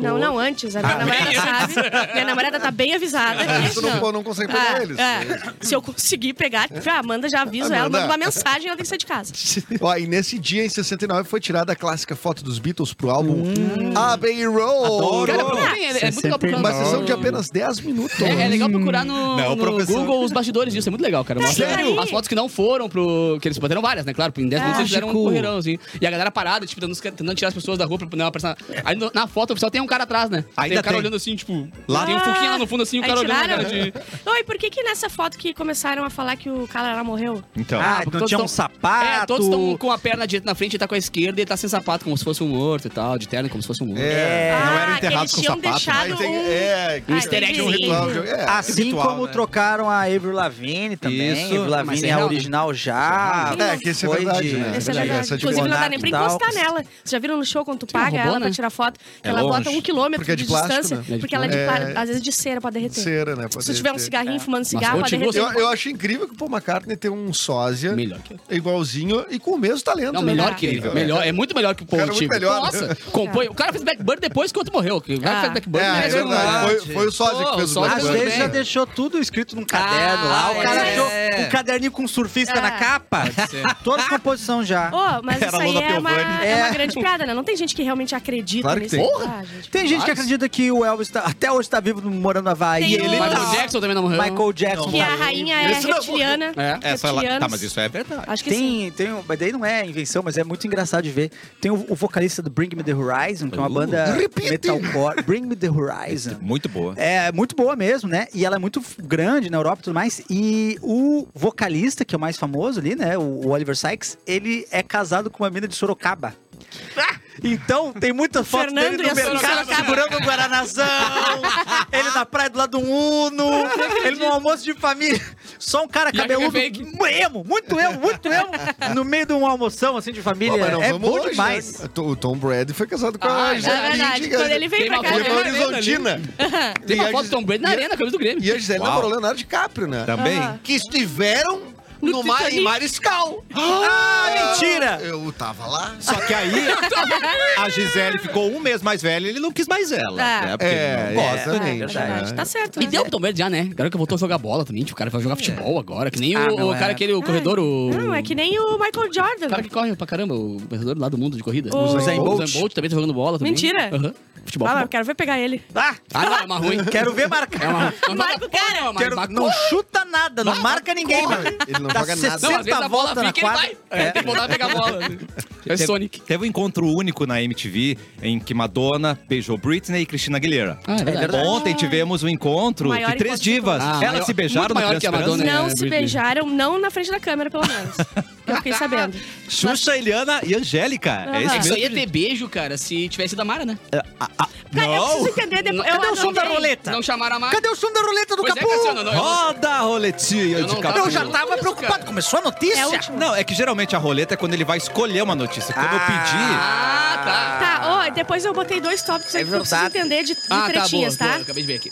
E: Não, não, antes.
B: Ah.
E: A minha namorada sabe. Minha namorada tá bem avisada.
B: Tu Ah, não, pô, não consegue pegar
E: Ah,
B: eles.
E: é. Se eu conseguir pegar, a Amanda já avisa ela,
B: Amanda.
E: manda uma mensagem, ela tem que sair de casa.
B: Ó, e nesse dia, em 69, foi tirada a clássica foto dos Beatles pro álbum
E: Hum.
B: Abbey Road.
D: Cara,
A: Adoro.
D: procurem, é, é muito legal procurar.
B: Uma
D: no-
B: sessão de apenas 10 minutos.
D: É, é legal procurar no,
A: Não,
D: no
A: professor.
D: Google os bastidores disso, é muito legal, cara. Mostra
E: Sério?
D: As fotos que não foram pro. Que eles bateram várias, né? Claro, em
E: É.
D: 10 minutos eles fizeram um
C: Lógico.
D: correirão, assim. E a galera parada, tipo, dando- tentando tirar as pessoas da rua pra não aparecer. nada. Aí no- na foto oficial tem um cara atrás, né?
A: Ainda
D: tem um cara
A: tem.
D: olhando assim, tipo.
A: Lá-
D: Tem um fuquinho lá no fundo, assim, o
E: Aí
D: cara olhando.
E: tiraram?
D: Cara, de...
E: Não, e por que que nessa foto que começaram a falar que o cara lá morreu?
A: Então.
C: Ah,
D: porque
C: então
D: todos
C: tinha um
D: tão-
C: sapato.
D: É, todos estão com a perna direita na frente, ele tá com a esquerda e ele tá sem sapato, como se fosse um morto e tal, de terno, como se fosse um morto.
B: É.
E: ah,
A: não eram
E: que
A: enterrados
E: eles
A: com
E: tinham
A: sapato, né?
E: deixado
B: Aí tem,
E: um...
B: é,
E: Ah,
D: easter
E: entendi.
B: tinha um ritual. É.
C: Assim
A: ritual,
C: como
A: né?
C: trocaram a Avril Lavigne também.
A: Isso.
C: Avril
A: Ah, mas
C: Lavigne
D: é
C: é a
D: real, né?
C: original já.
B: É, que esse é
C: foi
B: verdade,
C: de-
B: né? Esse é
E: Essa é
B: verdade.
E: verdade.
B: Essa é de
E: Inclusive, não dá
C: Monarca
E: nem pra
C: e tal.
E: encostar nela. Vocês já viram no show quando tu
D: Sim, um
E: paga
D: robô,
E: ela pra
D: né?
E: tirar foto?
A: É
E: ela
A: longe.
E: bota um quilômetro
B: Porque é de
E: de,
B: plástico,
E: distância,
B: né?
D: É de
E: porque ela é de
B: plástico.
E: pla- às vezes de cera pra derreter.
B: Cera, né? pra
E: Se tu tiver um
B: derreter.
E: cigarrinho fumando cigarro,
D: eu
E: pra
D: tive-
E: derreter.
B: Eu, eu acho incrível que o Paul McCartney tem um sósia
D: Melhor que eu.
B: igualzinho e com o mesmo talento.
D: Não,
B: né?
D: melhor que ele. Melhor, é muito melhor que o Paul
B: Cara, muito
D: Tico.
B: melhor, né?
D: Nossa, compõe. O cara fez Blackbird depois que o outro morreu. que O cara
E: Ah.
D: fez Blackbird.
B: É, é
D: merece um-
B: verdade. Foi, foi o sósia
D: Pô,
B: que fez o
D: o sósia
C: Às
D: Tudo
B: Blackbird.
C: vezes
D: bem.
C: já deixou tudo escrito num caderno
D: Ah,
C: lá. O cara
D: é.
C: achou um caderninho com um surfista
E: Ah.
C: na capa. Toda composição já.
E: Ô, mas
A: Era
E: isso
A: a
E: aí
A: Lola
E: é uma,
A: Piovani.
E: é uma
C: É.
E: grande piada, né? Não tem gente que realmente acredita
B: Claro que
E: nisso.
B: tem.
E: Ah, gente.
C: Tem gente que acredita que o Elvis tá- até hoje tá vivo morando na Havaí.
E: Tem
C: E
E: o-
C: tá-
D: Michael Jackson também É. não morreu.
C: Michael Jackson.
E: Que
C: tá
E: a
C: vivo.
E: rainha é
B: Isso não-
E: reptiliana.
D: É,
A: Essa lá. Tá,
E: reptilianos.
A: mas isso é verdade.
E: Acho que sim.
C: Tem, tem, um- mas daí não é invenção, mas é muito engraçado de ver. Tem o, o vocalista do Bring Me The Horizon, que é uma
A: Uh,
C: banda
B: repite.
C: metalcore. Bring Me The Horizon.
A: Muito boa.
C: É muito boa mesmo, né? E ela é muito f- grande na Europa e tudo mais. E o vocalista, que é o mais famoso ali, né? O o Oliver Sykes, ele é casado com uma mina de Sorocaba. Então, tem muita foto
E: Fernando
C: dele
E: e a
C: no mercado
E: Sorocaba.
C: segurando um Guaranazão, ele na praia do lado do Uno, ele no almoço de família. Só um cara
D: E a
C: cabeludo,
D: Kika Fake.
C: emo, muito emo, muito emo, no meio de um almoção assim de
B: Pô,
C: família.
B: mas não
C: é
B: vamos
C: bom
B: longe,
C: demais.
B: né? O Tom Brady foi casado com a
D: Ah, é
E: É
B: Gisele
E: verdade.
B: Bündchen,
E: Quando ele veio
D: Tem
E: pra
D: uma
E: cá,
B: Foi
D: foto
E: né?
B: pra
D: Ele veio
B: Horizontina.
D: Tem
B: E
D: uma
B: a
D: foto do
B: Gis-
D: Tom Brady na
B: e a-
D: arena, camisa do Grêmio.
B: E a Gisele
A: Uau. Tá.
B: namorou o Leonardo DiCaprio, né?
A: Também.
F: Que estiveram
E: No
F: no, mar,
E: Titanic.
F: em Mariscal.
C: Ah, mentira!
B: Eu tava lá.
A: Só que aí a Gisele ficou um mês mais velha e ele não quis mais ela.
E: Ah.
A: né? Porque
B: É,
A: não
B: é,
A: gosta.
B: exatamente.
E: Verdade. Tá certo.
D: E
E: né?
D: deu pro Tom Brady já, né? Agora que voltou a jogar bola também, tipo, o cara vai jogar futebol agora. Que nem
C: Ah,
D: o,
C: não,
D: o cara
C: é.
D: aquele, o
E: Ah,
D: corredor, o...
E: Não, é que nem o Michael
D: O cara
E: Jordan.
D: que corre pra caramba, o corredor lá do mundo de corrida.
E: O-
D: O
E: Usain
D: Usain
C: Bolt.
D: Bolt também tá jogando bola também.
E: Mentira.
D: Aham.
C: futebol.
E: Ah, mas eu
C: futebol.
E: quero ver pegar ele.
C: Ah,
D: Ah, não, é uma ruim.
C: quero ver marcar.
D: É uma ruim.
E: Marca o cara.
D: Não, mas
C: Quero-
D: bacana.
C: não chuta nada, não marca ninguém, mano.
B: Ele não
C: Dá
B: joga nada.
D: Não, às
C: 60
D: vezes a bola
C: volta na
D: fica e ele
C: quadra.
D: vai. Ele Tem que voltar a pegar a bola. É
A: Teve-
D: Sonic.
A: Teve um encontro único na MTV em que Madonna beijou Britney e Cristina Aguilera.
D: Ah, é verdade.
A: Ontem tivemos um encontro
E: Maior
A: de três
E: encontro de
A: divas.
E: todos.
D: Ah,
A: Elas
D: maior-
A: se beijaram
D: muito
A: no
D: maior
A: Criança
D: que a Madonna,
A: Esperança.
D: né?
E: Não
D: É,
E: se
D: Britney.
E: beijaram, não na frente da câmera, pelo menos. Eu fiquei sabendo.
A: Xuxa, Eliana e Angélica. É
E: Aham.
A: isso
D: Isso aí ia
A: mesmo. Ah,
D: ter beijo, cara, se tivesse da Mara, né? Não. Cadê
E: Cara, eu preciso entender depois. eu É
D: o som
E: adorei.
D: da
C: roleta?
D: Não chamaram a Mara.
C: Cadê o som da roleta do
D: Pois é,
C: Capu?
D: Cassiano, não, eu não-
A: Roda a roletinha
D: Eu
A: de
D: não
A: capô.
D: tava-
C: eu já tava
D: Isso,
C: preocupado.
D: cara.
C: Começou a notícia?
E: É a última.
A: Não, é que geralmente a roleta é quando ele vai escolher uma notícia. Quando eu pedi...
D: Ah, tá.
E: Tá, ó, depois eu botei dois tópicos aí
C: É
E: que eu preciso
C: verdade.
E: entender de, de
D: Ah, boa,
E: tretinhas, tá?
D: boa, acabei de ver aqui.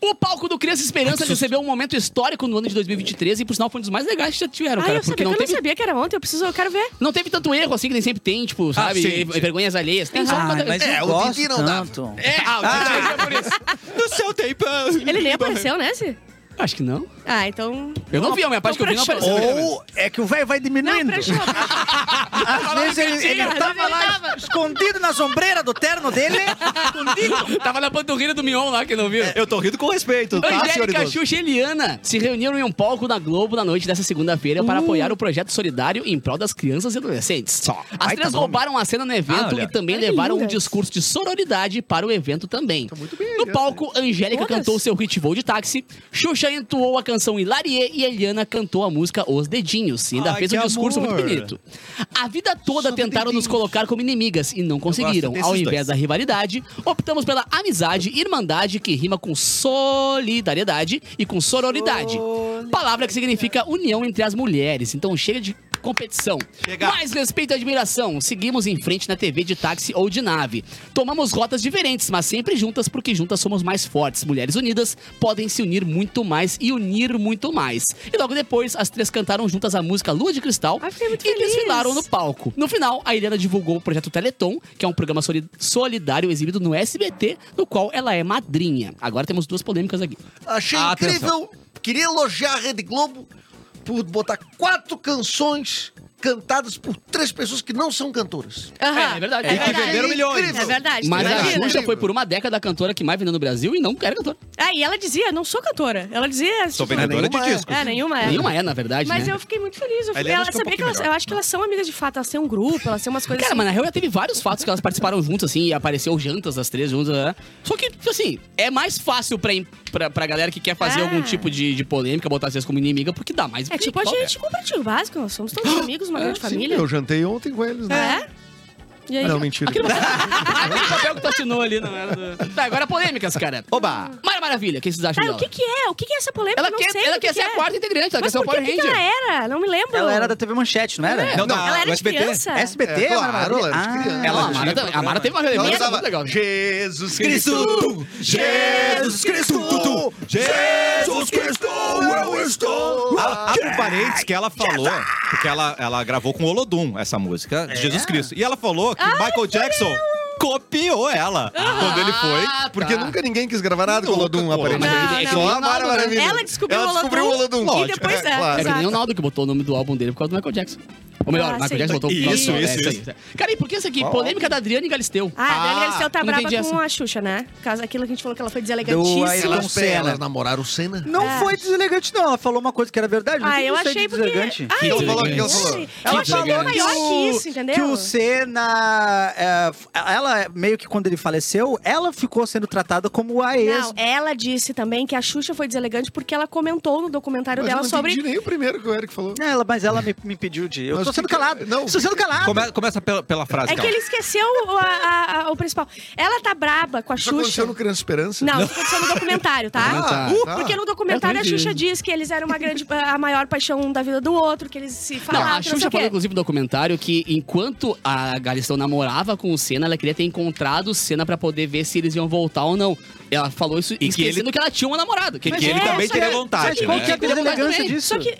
D: O palco do Criança Esperança recebeu um momento histórico no ano de 2023 e, por sinal, foi um dos mais legais que já tiveram,
E: Ah,
D: cara.
E: eu sabia
D: porque
E: que eu
D: não
E: não
D: teve,
E: sabia que era ontem, eu preciso, eu quero ver.
D: não teve tanto erro assim que nem sempre tem, tipo, sabe?
A: Ah, sim,
D: e-
A: sim.
D: Vergonhas alheias. Tem só
C: Ah,
D: uma.
C: mas
D: é,
C: eu
D: o-
C: gosto
F: Didi não dava.
C: tanto.
D: é, ah, o Didi é por isso.
A: No seu tempo...
E: Ele nem apareceu nesse?
D: Acho que não.
E: Ah, então.
D: Eu não vi, a minha parte que eu vi não
E: Então
D: apareceu.
C: Ou é que o velho vai
E: Não,
C: diminuindo.
E: prestou.
C: Às vezes ele, ele
E: Mentira,
C: tava
E: ele
C: lá
E: tava.
C: escondido na sombreira do terno dele.
D: Ah, Tava na panturrilha do Mion lá, que não
E: É.
D: viu.
A: Eu tô rindo com respeito, tá, senhor
D: Angélica,
A: idoso?
D: Xuxa e Eliana se reuniram em um palco na Globo na noite dessa segunda-feira
A: Uh.
D: para apoiar o projeto solidário em prol das crianças e adolescentes. As
C: baita
D: três
C: nome.
D: roubaram a cena no
A: Ah,
D: evento
A: olha.
D: e também
E: Ai,
D: levaram um
E: lindas.
D: discurso de sororidade para o evento
A: Tá
D: também. no palco, Angélica
E: Todas.
D: cantou seu hit Voo de Táxi, Xuxa entoou a canção Hilarie e Eliana cantou a música Os Dedinhos. E ainda
A: Ai,
D: fez um
A: que
D: discurso
A: amor.
D: muito bonito. A vida toda tentaram nos colocar como inimigas e não conseguiram.
A: desses
D: Ao
A: dois.
D: invés da rivalidade, optamos pela amizade, irmandade, que rima com solidariedade e com sororidade. Palavra que significa união entre as mulheres. Então chega de competição.
A: Chega.
D: Mais respeito e admiração. Seguimos em frente na TV de táxi ou de nave. Tomamos rotas diferentes, mas sempre juntas, porque juntas somos mais fortes. Mulheres unidas podem se unir muito mais e unir muito mais. E logo depois, as três cantaram juntas a música Lua de Cristal
E: Ai, fiquei muito
D: e
E: feliz.
D: desfilaram no palco. No final, a Helena divulgou o projeto Teleton, que é um programa soli- solidário exibido no SBT, no qual ela é madrinha. Agora temos duas polêmicas aqui.
F: Achei
A: Atenção.
F: incrível. Queria elogiar a Rede Globo por botar quatro canções cantadas por três pessoas que não são cantoras.
E: Aham.
D: É, é verdade.
E: É
A: E que
E: verdade.
A: venderam milhões.
E: É verdade.
D: Mas a
E: imagina.
D: Xuxa foi por uma década a cantora que mais vendeu no Brasil e não era cantora.
E: Ah, e ela dizia, não sou cantora. Ela dizia.
A: Sou
E: tipo,
A: vendedora de
F: nenhuma é.
A: discos.
E: É, nenhuma é.
D: Nenhuma é, na verdade,
E: Mas
D: né?
E: eu fiquei muito feliz. Eu,
A: A Helena
E: ela
A: acho que é um
E: sabia que
A: pouquinho
E: elas.
A: melhor.
E: Eu acho que elas são amigas de fato. Elas têm um grupo, elas têm umas coisas.
D: Cara, mas na
E: assim.
D: real já teve vários fatos que elas participaram juntas, assim, e apareceu jantas as três juntas. né? Só que, assim, é mais fácil pra, im- pra, pra galera que quer fazer
E: Ah.
D: algum tipo de, de polêmica, botar as três como inimiga, porque dá mais
E: É
D: clique,
E: tipo a
D: ó.
E: gente compartilha o básico. Nós somos todos amigos, uma grande
B: Sim,
E: família.
B: Eu jantei ontem com eles, né?
E: É? E aí? tá-
B: Não, mentira.
D: Aquele papel Tá que tu assinou ali, não era do... Tá, agora polêmicas, cara.
A: Oba!
D: Mara Maravilha, o que vocês acham
E: Ah,
D: dela?
E: o que que é? O que que é essa polêmica?
D: Ela
E: Eu não
D: quer,
E: sei
D: ela
E: o que
D: quer
E: que
D: ser a
E: é.
D: quarta integrante, ela
E: Mas
D: quer ser o
E: por que
D: Power
E: que
D: Ranger.
E: ela é? era? Não me lembro.
C: Ela era da TV Manchete, É, não era?
A: Não,
D: Não,
A: da
E: Ela era
A: SBT.
E: criança.
C: SBT,
B: É, claro,
C: Mara Maravilha.
B: ela era de criança.
D: Não,
A: Ela
D: a,
A: tinha
D: Mara, também- a Mara teve uma
B: Ela
D: relevância
B: usava
D: muito legal.
B: Jesus
A: Cristo! Jesus Cristo! Jesus Cristo! Eu estou! Abre um parênteses que ela falou, porque ela, ela gravou com o Olodum essa música
E: É?
A: de Jesus Cristo. E ela falou que Michael Jackson copiou ela quando ele foi.
D: Ah,
B: Porque
D: tá.
B: nunca ninguém quis gravar nada com o
A: Nunca,
B: Olodum,
A: pô.
B: aparentemente.
E: Não,
D: É que
E: não.
D: nem o
B: Só a Mara
D: Ronaldo, né?
B: Maravilha.
E: Ela descobriu
B: Ela
E: o
B: descobriu o
E: Olodum,
B: Olodum.
E: e depois- é,
B: claro.
D: É que nem o
E: Exato.
D: Naldo que botou o nome do álbum dele por causa do Michael Jackson. Ou melhor,
E: Ah,
D: Michael
E: sim.
D: Jackson botou por causa
A: Isso,
D: do-
A: isso,
D: é,
A: isso.
D: aí. Cara, e por que isso aqui? Polêmica da Adriane Galisteu.
E: Ah, a Dani Galisteu tá
D: não
E: brava
D: entendi
E: com
D: essa.
E: a Xuxa, né? Por causa daquilo que a gente falou que ela foi
C: Aí
E: deselegantíssima.
C: ela-
F: Elas,
C: Senna.
E: né?
F: elas namoraram o Senna.
C: Não foi deselegante, não. Ela falou uma coisa que era verdade. não
E: Ah,
C: tem
E: eu
C: que ser
E: achei porque.
C: deselegante.
E: Ai,
B: Que ela falou,
E: gente.
B: que ela falou.
E: Ela
D: Que
E: falou
D: deselegante.
E: É maior que isso, entendeu?
C: que o Senna. é, f- ela, meio que quando ele faleceu, ela ficou sendo tratada como a ex.
E: Não, é ela disse também que a Xuxa foi deselegante porque ela comentou no documentário
B: Mas eu
E: dela
B: não
E: sobre. é
B: entendi nem o primeiro que o Eric falou.
C: Ela, mas ela me, me pediu de. Eu
B: Mas
C: tô
B: o
C: sendo
B: que que-
C: calado.
B: não, o
C: Estou sendo calado.
A: Come- começa pela, pela frase,
E: É que
A: calma.
E: ele esqueceu o, a- a- a- o principal. Ela tá braba com a
B: Isso
E: Xuxa.
B: aconteceu no Criança Esperança?
E: Não, isso aconteceu no documentário, tá?
B: Ah,
E: Uh,
B: tá.
E: Porque no documentário a
D: Eu entendi.
E: Xuxa diz que eles eram uma grande, a maior paixão um da vida do outro, que eles se
D: Não,
E: falavam.
D: a
E: não sei
D: Xuxa
E: o quê.
D: falou, inclusive, no documentário que enquanto a Galisteu namorava com o Senna, ela queria ter encontrado o Senna pra poder ver se eles iam voltar ou não. Ela falou isso
A: que
D: esquecendo que,
A: ele-
D: ela tinha uma namorada.
A: Que,
E: Mas
A: que ele
E: é,
A: também
E: só
A: teria
E: que-
A: vontade,
C: Mas qual que é a
A: né?
C: deselegância
D: Só
C: disso?
E: Só que.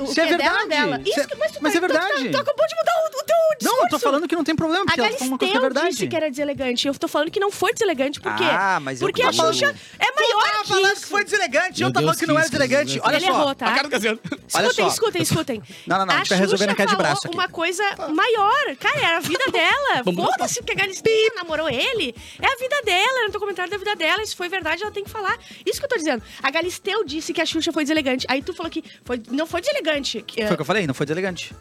E: O
C: Isso
E: que
C: é
E: dela,
C: verdade.
E: dela.
C: Isso
E: Isso,
C: é-
E: que- mas tu,
C: mas
E: tá-
C: é verdade.
E: Tu, tá- tu acabou de mudar o, o teu o discurso.
C: Não, eu tô falando que não tem problema,
E: A
C: porque ela falou uma coisa que é
E: Galisteu
C: verdade.
E: disse que era deselegante. Eu tô falando que não foi deselegante, por quê?
C: Ah, mas eu
E: Porque
C: tô
E: a
C: falando-
E: Xuxa é maior
C: tava falando
E: que
C: que
E: isso.
C: foi deselegante, eu
D: Meu
C: tava falando
D: Deus,
C: que não
D: que
C: era
D: isso,
C: deselegante.
D: Jesus.
C: Olha
E: Ele
C: só.
E: errou, tá?
D: A cara do Cassiano.
C: Olha
E: Escutem,
C: só.
E: escutem, escutem.
C: Não, não, não, a gente vai resolver na queda de
E: falou
C: braço aqui.
E: uma coisa maior. Cara, era a vida dela.
D: Vamos lá.
E: Foda-se que a Galisteu namorou ele. É a vida dela, era um documentário da vida dela. Isso foi verdade, ela tem que falar. Isso que eu tô dizendo. A Galisteu disse que a Xuxa foi deselegante. Aí tu falou que foi- não foi deselegante. que- eh,
C: Foi o que eu falei, não foi deselegante.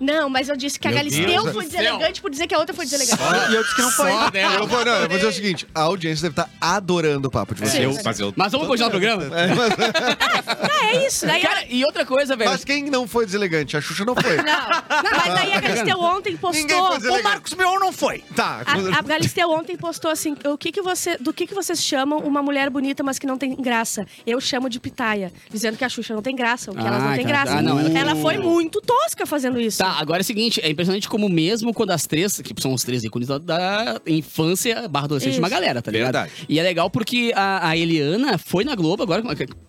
E: Não, mas eu disse que a
D: Meu
E: Galisteu
D: Deus
E: foi
D: do céu.
E: deselegante por dizer que a outra foi deselegante.
C: E eu disse que não foi.
B: Eu vou, não, eu vou dizer o seguinte: a audiência deve estar adorando o papo de
A: Mas
B: vocês.
A: eu, mas eu
D: Mas vamos continuar o programa?
E: Ah, é isso. Daí
D: Cara, e outra coisa, velho.
B: Mas quem não foi deselegante? A Xuxa não foi.
E: Não, não, mas daí a Galisteu ontem
B: Ninguém
E: postou.
B: foi deselegante.
C: Mion não foi.
B: Tá.
E: A, a Galisteu ontem postou assim: o que que você, do que, que vocês chamam uma mulher bonita, mas que não tem graça? Eu chamo de pitaia, dizendo que a Xuxa não tem graça, ou que elas
D: Ah,
E: não têm
D: tá.
E: graça.
D: Ah, não, ela-
E: ela... foi muito tosca fazendo isso.
D: Tá, agora é o seguinte, é impressionante como mesmo quando as três, que são os três ícones da, da infância barra adolescente de uma
E: Isso.
D: galera, tá ligado?
A: Verdade.
D: E é legal porque a, a Eliana foi na Globo agora,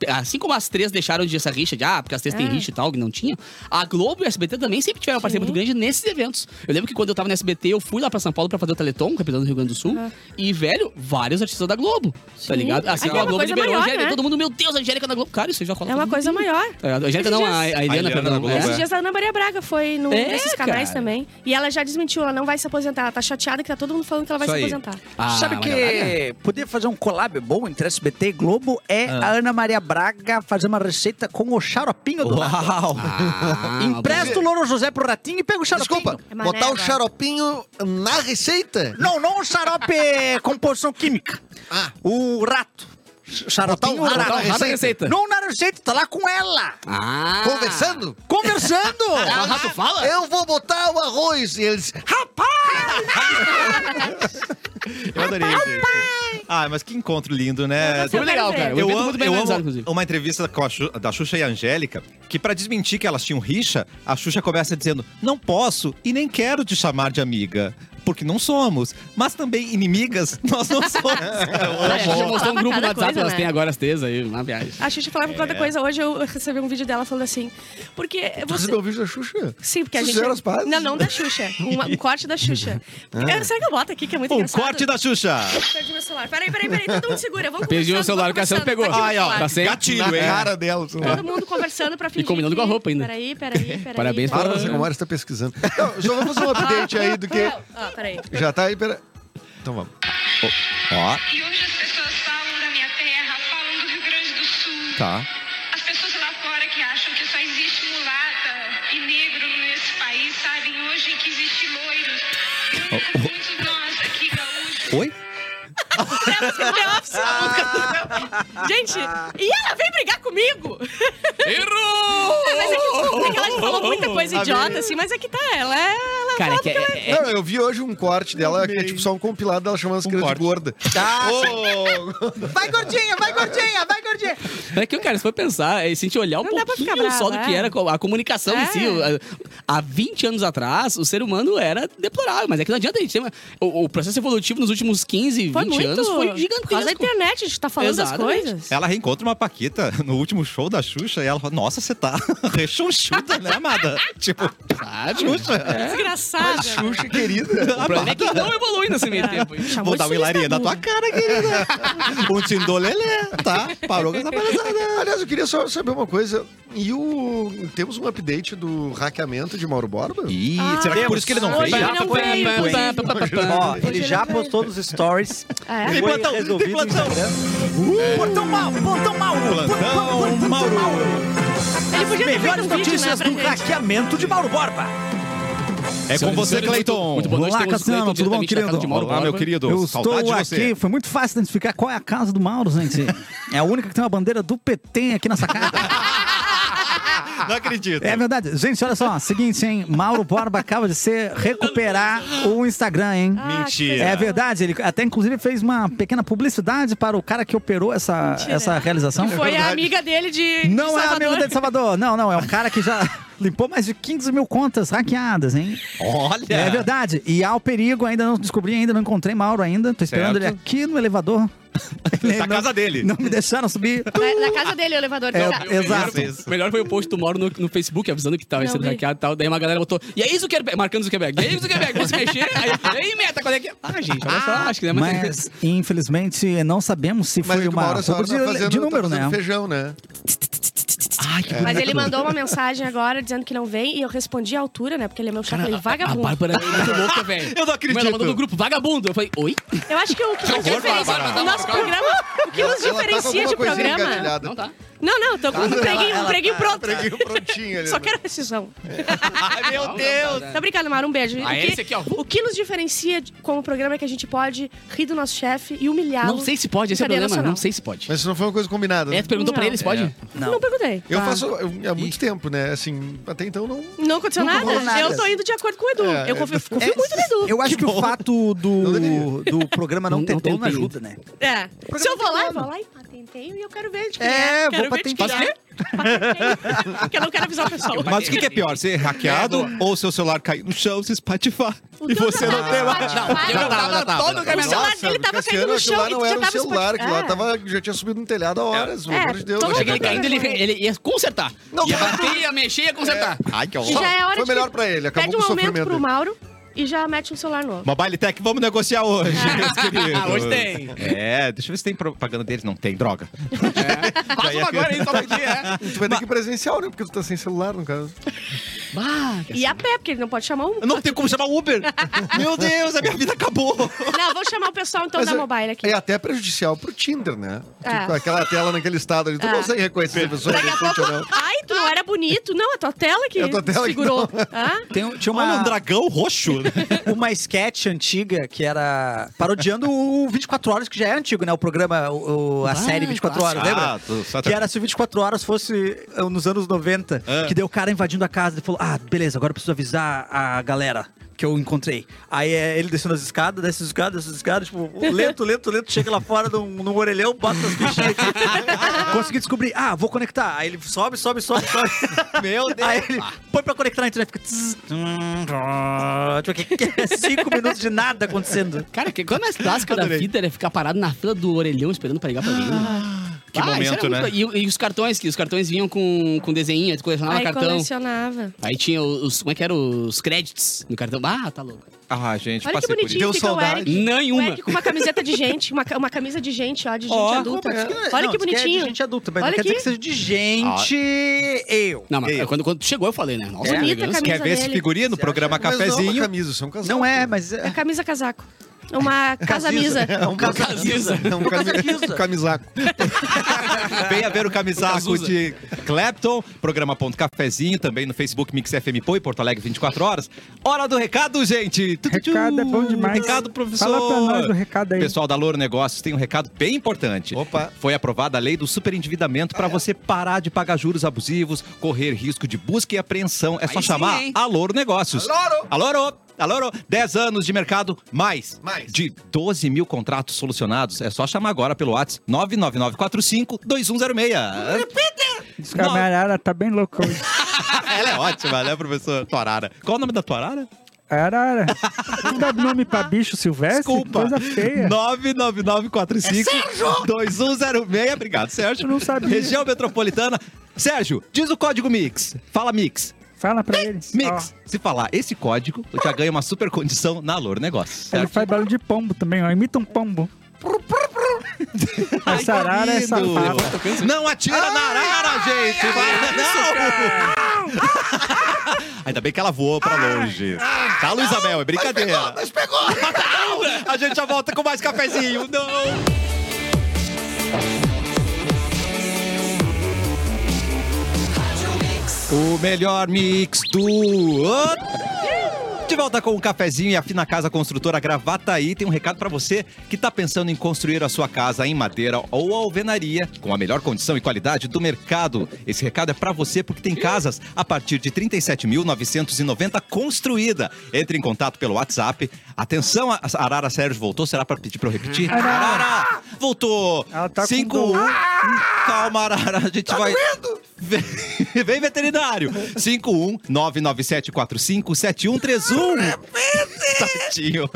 D: assim como as três deixaram de essa rixa de, ah, porque as três
E: É.
D: têm rixa e tal, que não tinha, a Globo e a SBT também sempre tiveram uma parceria muito grande nesses eventos. Eu lembro que quando eu tava na SBT, eu fui lá pra São Paulo pra fazer o Teleton, representando o Rio Grande do Sul, e, velho, vários artistas da Globo, tá
E: Sim.
D: ligado? Assim
E: É
D: como a
E: uma
D: Globo
E: coisa
D: liberou a
E: maior,
D: Angélica,
E: né?
D: todo mundo, meu Deus, a Angélica da Globo, cara, isso aí já cola
E: É uma
D: todo
E: coisa
D: mundo.
E: maior.
D: Tá ligado? A Angélica não, a, a Eliana,
A: Eliana
D: perdão,
A: da Globo, é.
D: é.
E: Esses dias a Ana Maria Braga foi num
D: É,
E: desses canais
D: cara.
E: também. E ela já desmentiu, ela não vai se aposentar. Ela tá chateada que tá todo mundo falando que ela vai
A: Isso aí.
E: se aposentar.
D: Ah,
C: Sabe
D: mas
C: que poder fazer um collab bom entre SBT e Globo é
B: Ah.
C: a Ana Maria Braga fazer uma receita com o xaropinho do rato.
A: Uau!
D: Ah,
C: Empresta o Louro José pro ratinho e pega o xaropinho.
B: Desculpa,
E: É mané
B: botar o
E: agora.
B: xaropinho na receita?
C: Não, não o xarope é composição química.
B: Ah.
C: O rato. X- Xaropinho,
B: Botar
C: rato.
B: o rato na
D: Botar o rato na receita.
C: Não na receita, tá lá com ela.
D: Ah.
B: Conversando?
C: Conversando.
D: Ah, o rato fala?
B: Eu vou botar o arroz. E eles.
A: Eu adorei. gente. Ah, mas que encontro lindo, né?
E: Eu
D: Foi legal,
E: quero
D: cara.
E: ver.
A: Eu
D: Eu É um evento
A: amo,
D: muito bem
A: eu
D: organizado,
A: amo
D: inclusive.
A: uma entrevista com a Xu- da Xuxa e a Angélica, que pra desmentir que elas tinham rixa, a Xuxa começa dizendo: Não posso e nem quero te chamar de amiga, porque não somos, mas também inimigas nós não somos.
B: É,
D: Ah, a gente já
E: É, Fala
D: mostrou um grupo no
E: cada
D: WhatsApp,
E: coisa,
D: elas
E: né?
D: têm É. agora as tesas aí, uma viagem.
E: A Xuxa falava por cada coisa. Hoje eu recebi um vídeo dela falando assim. Porque
B: Você
E: você.
B: viu o vídeo da Xuxa?
E: Sim, porque a gente.
B: Fizeram as pazes?
E: Não, não da Xuxa. Um, um corte da Xuxa. Eu- Será que eu boto aqui que é muito
A: O
E: engraçado?
A: Um corte da Xuxa.
E: Perdi meu celular. Peraí, peraí, peraí. Todo mundo segura. Vamos
D: Perdi
E: conversando,
D: o celular,
E: vamos
D: o Cassiano
E: conversando.
D: pegou.
E: Tá
A: Ai,
E: aqui o
A: ó,
E: celular.
A: tá sem
B: Na
A: gatilho, hein?
B: cara dela. sei lá.
E: Todo mundo conversando pra fingir.
D: combinando
E: que-
D: com a roupa ainda.
E: Peraí, peraí, peraí.
D: Parabéns
E: peraí.
B: Para, você como está pesquisando. Não, só vou fazer um update aí do que.
E: Ah, peraí.
B: Já tá aí, pera. Então vamos.
A: Ó,
G: E hoje as pessoas falam da minha terra, falam do Rio Grande do Sul.
A: tá.
G: As pessoas lá fora que acham que só existe mulata e negro nesse país sabem hoje que existe loiro. Eu, muitos nós aqui gaúchos.
A: Oi?
E: Gente, e ela vem brigar comigo?
D: Errou!
E: Mas é que, é que ela já falou muita coisa idiota, assim, mas é que tá, ela é. Ela
D: Cara, é que é, é-
B: Não, eu vi hoje um corte dela, que é tipo só um compilado dela chamando as crianças de
A: corte.
B: gorda.
C: Tá.
B: Ô,
C: Vai gordinha, vai gordinha, vai gordinha.
D: é que, cara, se for pensar, é, se a gente olhar um
E: Não dá pra
D: pouquinho
E: ficar brava,
D: só do que
E: é.
D: era a comunicação em
E: É.
D: si, o- a- há 20 anos atrás, o ser humano era deplorável, mas é que não adianta a gente ter uma- o, o processo evolutivo nos últimos 15, 20
E: foi muito.
D: anos foi
E: Por causa da
D: gigantesco.
E: internet, a gente tá falando das
D: Exatamente.
E: coisas.
A: Ela reencontra uma Paquita no último show da Xuxa e ela fala: Nossa, você tá rechonchuda, né, amada? tipo,
D: Sabe?
A: Xuxa,
B: é.
E: Desgraçada.
B: Xuxa querida.
D: O problema é que não evolui nesse meio tempo.
E: Chamou
H: Tá
A: vou
E: de
A: dar uma hilaria na
E: surda
A: tua
E: muda.
A: cara, querida. um tindolelê, tá? Parou com essa palhaçada.
B: Aliás, eu queria só saber uma coisa. E o. Temos um update do hackeamento de Mauro Borba?
A: Ih,
E: Ah,
A: será que é por isso que ele não
E: hoje
A: veio?
E: ele não veio,
D: Pá, pá, pá, pá, pá, pá.
C: Ó, ele já postou nos stories.
E: Ah, é?
C: Foi
A: Tem plantão,
C: resolvido
A: tem plantão.
C: no Instagram. Uh, Plantão Mauro, plantão Mauro.
A: Plantão Mauro.
E: Ele
C: As
E: podia ter feito
C: melhores
E: um vídeo, né,
C: notícias
E: pra
C: do
E: gente.
C: hackeamento de Mauro Borba.
A: É com
D: Senhoras e
A: você,
D: senhores,
A: Cleiton.
D: Muito boa noite,
H: Olá,
D: temos o Cleiton
H: Cassiano, tudo bom,
D: diretamente da casa
H: querido?
D: de Mauro
A: Olá, meu
D: Borba.
A: querido.
H: Eu
A: Saudade
H: estou
A: de
H: aqui.
A: você.
H: Foi muito fácil identificar qual é a casa do Mauro, gente. É a única que tem uma bandeira do PT aqui nessa casa.
A: Não acredito.
H: É verdade. Gente, olha só. Seguinte, hein? Mauro Borba acaba de ser recuperar o Instagram, hein?
E: Ah,
A: Mentira.
H: É verdade. Ele até, inclusive, fez uma pequena publicidade para o cara que operou essa,
E: Mentira.
H: essa realização.
C: é
E: Foi a amiga dele de. de
H: Não é
E: Salvador.
H: amigo dele de Salvador. Não, não. É um cara que já limpou mais de 15 mil contas hackeadas, hein?
A: Olha.
C: É
H: É verdade. E há o perigo, ainda não descobri, ainda não encontrei Mauro ainda. Tô esperando
A: Certo.
H: ele aqui no elevador.
A: Na casa dele.
C: Não me deixaram subir.
E: Na, na casa dele o elevador.
C: É,
E: tá.
C: exato.
A: Vezes.
D: O melhor foi o post do Mauro no, no Facebook avisando que tava
E: Não
D: sendo
E: vi.
D: hackeado e tal. Daí uma galera botou. E aí, Zuckerberg? Marcando Zuckerberg. E aí, Zuckerberg? Vamos se mexer? Aí, e aí, meta, quando é que. é?" Ah, gente, olha só. Acho que não é muito.
C: Mas, infelizmente, não sabemos se
B: Mas é
C: foi uma
B: hora essa
C: roubo
B: hora tá
C: de,
B: fazendo,
C: de número,
B: tá fazendo
C: né?
B: feijão, né?
D: Ai, que
E: Mas ele mandou uma mensagem agora dizendo que não vem e eu respondi à altura, né? Porque ele é meu chefe, ele
D: A
E: vagabundo.
D: Bárbara é muito louca, velho.
A: Eu não
D: Mas
A: acredito.
D: Ela mandou no grupo, vagabundo. Eu falei, oi?
E: Eu acho que o que nos
A: horror,
E: diferencia.
A: Bárbara.
E: O nosso programa. O que
B: Ela-
E: nos
B: ela tá com
E: diferencia
B: alguma
E: de
B: coisinha
E: programa.
B: engatilhada.
D: Não tá.
E: Não, não, tô com um preguinho, um preguinho pronto.
B: Preguinho prontinho ali.
E: Só
B: né?
E: quero rescisão.
A: Ai, meu Deus.
E: Tá brincando, Mara? Um beijo.
D: Ah,
E: o, que,
D: esse aqui, ó.
E: o que nos diferencia de- como programa é que a gente pode rir do nosso chefe e humilhá-lo.
D: Não sei se pode, esse é o
E: Tá Cadeia
D: problema.
E: nacional.
D: Não sei se pode.
B: Mas isso não foi uma coisa combinada.
D: É,
B: né?
D: tu perguntou pra
E: Não.
D: eles, pode?
E: Não, perguntei.
B: Eu
E: Tá.
B: faço eu- há muito tempo, né? Assim, até então não.
E: Não aconteceu
C: Nunca
E: nada?
C: rolou nada.
E: Eu tô indo de acordo com o Edu.
B: É,
E: eu confio, confio
C: É,
E: muito no Edu.
C: Eu acho que, o fato
B: Não
C: do,
B: deveria.
C: do programa não,
D: Não-
C: ter
D: não tem
C: dono
D: opinião.
C: ajuda, né?
E: É. Se eu vou lá, eu
C: programa.
E: vou lá e patenteio e eu quero ver de quem
C: É,
E: é.
C: vou
E: Quero ver de quem
C: patentear.
E: é. Patenteio. Porque eu não quero avisar o pessoal.
A: Mas o que, que é pior? Ser hackeado ou seu celular cair no chão, se espatifar
E: O
A: e
E: teu
A: você não
E: celular
A: ter mais?
E: vai parar.
D: eu tava todo
E: O celular dele tava
B: Cassiano,
E: caindo no
B: aquilo
E: chão
B: lá
E: e
B: não
E: tu já
B: era um
E: tava
B: celular, aquilo lá
E: É.
B: tava, já tinha subido no telhado há horas, pelo
E: É,
B: amor de Deus.
E: todo
D: Eu achei que ele
E: mundo
D: caindo, ele, ele ia consertar. Não, ia bater, ia mexer, ia consertar.
A: Ai, que
E: E já é hora
B: Foi
E: de
B: melhor
E: que
B: pra ele, acabou
E: Pede
B: com
E: um
B: o
E: aumento
B: sofrimento
E: pro
B: dele.
E: Mauro e já mete um celular novo.
A: Mobile Tech, vamos negociar hoje, meus queridos.
D: Ah, hoje tem.
A: É, deixa eu ver se tem propaganda deles. Não tem, droga.
D: Faz uma agora aí, só pra dia, é.
B: Tu vai ter que ir presencial, né? Porque tu tá sem celular, no caso.
D: Bah,
E: E a pé, porque ele não pode chamar um.
A: Eu não tenho como chamar Uber. Meu Deus, a minha vida acabou.
E: Não, vou chamar o pessoal então
B: Mas
E: da
B: é-
E: mobile aqui.
B: É até prejudicial pro Tinder, né?
E: É.
B: Tipo, aquela tela naquele estado ali, tu
E: É.
B: não consegue reconhecer a pessoa é
E: Daqui a
B: decente ou não.
E: pouco. Ai, tu não era bonito. Não, é tua tela que
B: É a tua tela que
E: segurou. Ah?
C: Tem, tinha
A: Olha um
C: uma,
A: dragão roxo.
C: uma sketch antiga que era parodiando o 24 Horas, que já é antigo, né? O programa, o- o- a
D: Ah,
C: série 24 Horas,
A: clássico.
C: lembra?
A: Ah, do Saturday.
C: que era se o 24 Horas fosse eh, nos anos 90,
A: Ah.
C: que deu o cara invadindo a casa e falou: Ah, beleza, agora eu preciso avisar a galera que eu encontrei. Aí eh, ele descendo as escadas, desce as escadas, desce as escadas, tipo, lento, lento, lento, chega lá fora num, num orelhão, bota as bichinhas aqui. Consegui descobrir, ah, vou conectar. Aí ele sobe, sobe, sobe, sobe.
A: Meu
C: Aí ele põe pra conectar na internet, fica. tss, tum, tum, tipo, que- que- Cinco minutos de nada acontecendo.
D: Cara, que coisa mais clássica da
A: Adorei.
D: vida era ficar parado na fila do orelhão esperando pra ligar pra alguém.
A: que
D: Ah, isso era
A: momento, né?
D: muito- E, e os cartões, que os cartões vinham com, com desenho, tu colecionava
E: Aí
D: cartão.
E: colecionava.
D: Aí tinha os. Como é que era? Os créditos no cartão. Ah, tá louco.
A: Ah, gente, passei
E: Olha que
A: por isso.
E: bonitinho
B: Deu
E: fica o
B: saudade.
E: Eric. O
D: Nenhuma.
E: Eric com uma camiseta de gente, uma, ca- uma camisa de gente, ó, de gente adulta. Olha
C: Não,
E: que
C: diz é de
E: bonitinho.
C: gente adulta, mas
E: Olha
C: não quer dizer
E: aqui.
C: que seja de gente. Eu.
D: Não, mas
A: Ei.
D: quando, quando chegou eu falei, né? Nossa,
E: É.
D: que
E: Bonita
D: elegância.
E: camisa.
A: Quer ver esse
E: dele.
A: figurino? Programa
B: Mas não é uma
A: Cafezinho.
B: camisa, isso é um casaco.
C: Não é, mas.
E: É
C: É
E: camisa casaco. É uma casamisa.
B: É um
D: Camisa.
B: É um camisa- camisaco.
A: Venha ver o camisaco
D: Cazuza.
A: de Clapton. Programa Ponto Cafezinho, também no Facebook Mix FM Pô e Porto Alegre 24 horas. Hora do recado, gente. Tu, tu, tu.
I: Recado é bom demais.
A: Recado, professor.
I: Fala pra nós o recado aí.
A: Pessoal da Louro Negócios tem um recado bem importante.
B: Opa.
A: Foi aprovada a lei do superendividamento para você parar de pagar juros abusivos, correr risco de busca e apreensão. É só
D: Aí sim,
A: chamar
D: hein?
A: a Louro Negócios.
B: Louro.
A: Aloro! Aloro, 10 anos de mercado, mais,
B: Mais.
A: de 12 mil contratos solucionados. É só chamar agora pelo WhatsApp 99945-2106.
I: Esse
C: É.
I: camarada tá bem louco hoje.
A: Ela é ótima, né, professor? Torara. Qual o nome da Torara?
I: Arara. Não dá nome pra bicho silvestre?
A: Desculpa.
I: É, Coisa feia.
A: 99945-2106. Obrigado, Sérgio.
I: Eu não sabia.
A: Região Metropolitana. Sérgio, diz o código MIX. Fala MIX.
I: Fala pra ele.
A: Mix.
I: Ah.
A: Se falar esse código, tu já ganha uma super condição na Louro Negócios.
I: Ó, ele
A: certo?
I: faz barulho de pombo também, ó. Imita um pombo. Essa arara é
A: Querido.
I: safada.
A: tá Não atira na arara, gente! Vai-
I: é
A: não! Ainda bem que ela voou pra longe. Tá, Luiz Isabel? É brincadeira. Mas pegou, A gente já volta com mais cafezinho. Não! O melhor mix do... De volta com um cafezinho e a Fina Casa Construtora Gravataí tem um recado pra você que tá pensando em construir a sua casa em madeira ou alvenaria com a melhor condição e qualidade do mercado. Esse recado é pra você porque tem casas a partir de 37.990 construída. Entre em contato pelo WhatsApp. Atenção, a a Arara Sérgio voltou, será pra pedir pra eu repetir? Arara! Voltou!
I: Ela tá com
A: Cinco... um.
I: dor.
A: Calma, Arara, a gente vai... Vem veterinário. 51997457131. Tadinho.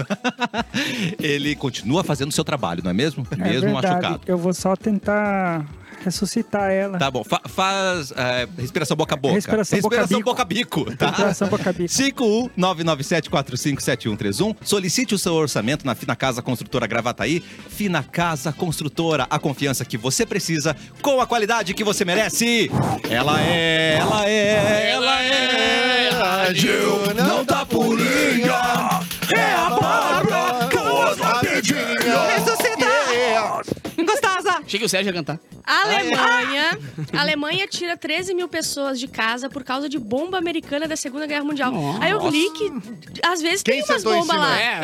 A: Ele continua fazendo seu trabalho, não é mesmo? mesmo
J: é verdade.
A: machucado.
J: Eu vou só tentar ressuscitar ela.
A: Tá bom, Fa- faz é, respiração boca a boca.
J: Respiração boca a bico.
A: boca a bico, tá?
J: Respiração boca a bico.
A: 51997457131. Solicite o seu orçamento na Fina Casa Construtora Gravataí. Fina Casa Construtora, a confiança que você precisa com a qualidade que você merece. Ela é, ela é, ela é, ela agiu, não tá pulinha. É a Bárbara com a
C: Gostosa!
D: Achei que o Sérgio ia cantar.
E: Alemanha. Alemanha tira 13 mil pessoas de casa por causa de bomba americana da Segunda Guerra Mundial. Aí eu li que às vezes
B: Quem
E: tem umas
B: sentou em
E: bombas
B: cima?
E: lá.
D: É,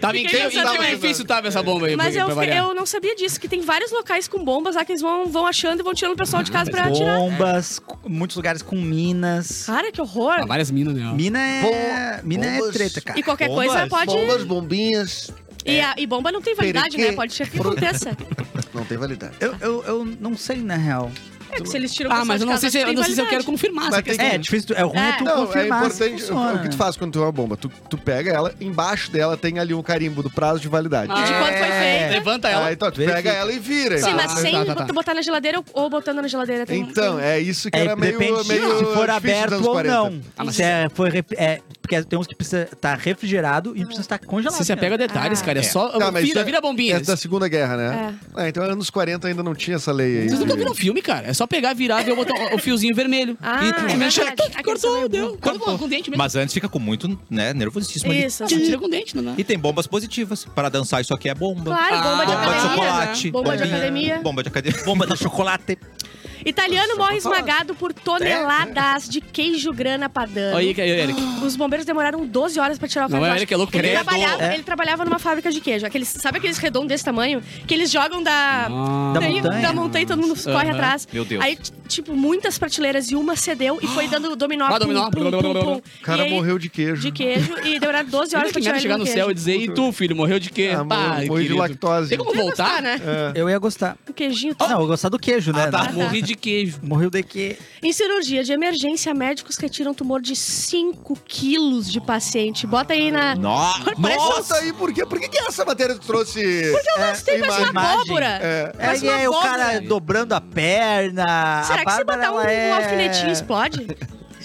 D: tava em
E: Fiquei
D: que, em
E: pensando
D: que
E: nisso.
D: benefício tava essa bomba aí?
E: Mas
D: pra-
E: eu,
D: pra variar?
E: eu não sabia disso, que tem vários locais com bombas lá que eles vão, vão achando e vão tirando o pessoal de casa pra atirar.
C: Bombas, cu- muitos lugares com minas.
E: Cara, que
D: Ah,
E: horror!
D: várias minas, né?
C: Mina é.
F: Bom-
C: Mina é
F: bombas-
C: treta, cara.
E: E qualquer coisa pode.
F: Bombas, bombinhas.
E: E,
D: É.
E: a- e bomba não tem validade,
F: Perequê.
E: né? Pode ser que aconteça.
F: Não tem validade.
C: Eu, eu, eu não sei, na real.
E: É que se eles tiram o
D: Ah,
E: pessoal
D: mas eu
E: de
D: não
E: casa,
D: sei se
E: acho
D: eu,
E: que
D: não
E: tem
D: sei se eu quero
E: validade.
D: confirmar
F: Mas
D: essa
F: tem
D: questão.
C: É, difícil. tu- É ruim é tu
B: Não, é
C: confirmar. se
B: importante. o-
C: funciona,
B: o que tu
C: né?
B: faz quando tu é uma bomba? Tu, tu pega ela, embaixo dela tem ali um carimbo do prazo de validade.
E: E de
D: Ah.
E: quanto foi feita?
D: Levanta ela.
B: Aí então, tu pega ela e vira.
E: Sim,
B: entendeu?
E: mas sem
D: tá, tá, tá.
E: botar na geladeira ou- ou botando na geladeira. Tem um-
B: Então, é isso que
C: É,
B: era meio,
C: depende
B: meio
C: se for
B: difícil
C: aberto
B: dos anos
C: ou
B: 40.
C: não.
D: Ah, mas
C: se é, for ref- é, porque tem uns que precisa estar refrigerado e precisa estar congelado.
D: Você se apega a
C: mesmo.
D: detalhes,
E: Ah.
D: cara. É só.
B: Tá, mas
D: vira,
B: isso é-
D: vira bombinha.
B: É da Segunda Guerra, né? É. então anos 40 ainda não tinha essa lei aí.
D: Vocês nunca
B: de-
D: viram filme, cara. É só pegar, virar, ver o, botão, o fiozinho vermelho.
E: Ah,
D: e tu
E: é
D: mexe.
E: verdade.
D: tuc,
E: Aquele
D: Cortou,
E: filme é
D: deu.
E: bom.
D: Cortou com o dente mesmo.
A: Mas antes fica com muito, né, nervosíssimo ali.
E: Isso.
D: Ah, mas tira com o dente, não é?
A: E tem bombas positivas. Para dançar, isso aqui é bomba.
E: Claro, bomba de
A: Bomba de
E: academia.
A: chocolate.
E: Bomba de
A: bombinha,
E: academia.
A: Bomba de academia. Bomba da chocolate.
E: Italiano morre esmagado por toneladas de queijo grana padano.
D: Olha aí, Eric.
E: Os bombeiros demoraram 12 horas pra tirar o
D: Não,
E: carro.
D: é ele que é louco,
E: ele
D: credo.
E: trabalhava, ele trabalhava numa fábrica de queijo. Aqueles, sabe aqueles redondos desse tamanho? Que eles jogam da,
D: Ah,
C: Da
E: daí-
C: montanha.
E: da montanha e todo mundo corre
D: Aham.
E: atrás.
A: Meu Deus.
E: Aí, t- tipo, muitas prateleiras e uma cedeu e foi dando dominó.
D: Ah,
E: pum,
D: dominó.
E: pum, pum, pum.
B: O cara
E: E aí,
B: morreu de queijo.
E: de queijo e demoraram 12 horas
D: Olha que
E: pra
D: merda é
E: tirar ele
D: chegar
E: do
D: no
E: queijo.
D: céu e dizer, e tu, filho, morreu de quê?
B: Ah, mo-
D: Pá,
B: morri de
D: querido.
B: lactose.
D: Tem como
E: Ia
D: voltar?
E: gostar, né?
B: É.
C: Eu ia gostar. Ah,
E: O queijinho tá.
C: Não, eu ia gostar do queijo, né?
F: tá.
D: Ah,
C: Não.
D: morri de queijo.
C: Morreu de que.
E: Em cirurgia de emergência, médicos retiram tumor de 5 quilos de paciente. Bota aí na.
A: Nossa!
B: Nossa, aí por quê? Por que, que essa matéria tu trouxe?
E: Eu gostei, parece uma
C: imagem.
E: abóbora.
B: É.
C: É,
E: Parece
C: e
E: uma
C: aí o
E: abóbora.
F: né?
C: cara dobrando a perna.
E: Será
C: a
E: que se
C: Bárbara,
E: botar um,
C: ela é...
E: um alfinetinho explode?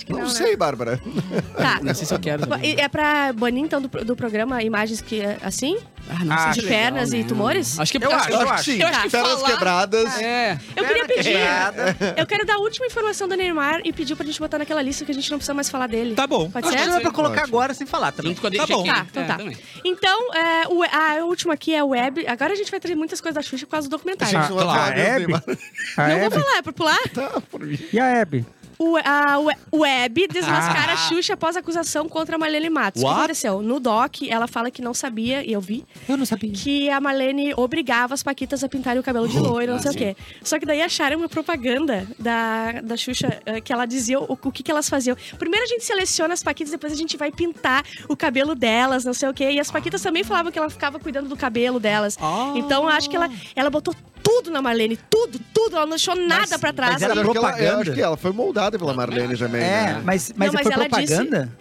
B: Não, sei, Bárbara.
E: Tá.
D: Ah, Não sei se eu quero.
E: E É pra banir, então, do, do programa imagens que é assim?
D: Ah, não sei se
E: de
D: é legal,
E: pernas
D: né?
E: e tumores? Tá,
D: Acho que
H: Eu acho, eu acho.
E: Eu acho que
B: Pernas
E: falar-
B: quebradas.
D: É.
E: Eu queria pedir.
C: quebrada.
E: Eu quero dar a última informação do Neymar e pedir pra gente botar naquela lista que a gente não precisa mais falar dele.
A: Tá bom.
E: Pode
C: Acho que
E: ser?
C: não dá pra colocar agora sem falar também.
D: Junto com a
A: Tá
D: dente
A: bom.
D: aqui.
E: Tá, então
D: É,
E: tá.
D: também.
E: Então, é, o- a última aqui é web. Agora a gente vai trazer muitas coisas da Xuxa por causa do documentário.
B: Gente, não né, vai
J: Ah,
B: falar
J: a
C: é
B: mesmo,
J: Hebe?
B: Neymar.
J: A
E: não
J: Hebe?
E: vou falar, é popular?
J: E a Hebe?
E: O, a we- Web desmascara Xuxa após acusação contra a Marlene Matos. O que
A: What?
E: aconteceu? No doc, ela fala que não sabia, e eu vi. Eu não sabia. Que a Marlene obrigava as paquitas a pintarem o cabelo de loiro, não sei o quê. Só que daí acharam uma propaganda da, da Xuxa eh, que ela dizia o, o que, que elas faziam. Primeiro a gente seleciona as paquitas, depois a gente vai pintar o cabelo delas, não sei o quê. E as paquitas também falavam que ela ficava cuidando do cabelo delas. Então acho que ela, ela botou tudo na Marlene, tudo, tudo. Ela não deixou nada pra trás.
C: mas
B: Eu
C: era
B: acho que ela- Eu acho
C: propaganda.
B: que ela foi moldada pela Marlene também.
C: É,
B: né?
C: mas, mas,
E: Não, mas
C: foi
E: ela
C: propaganda?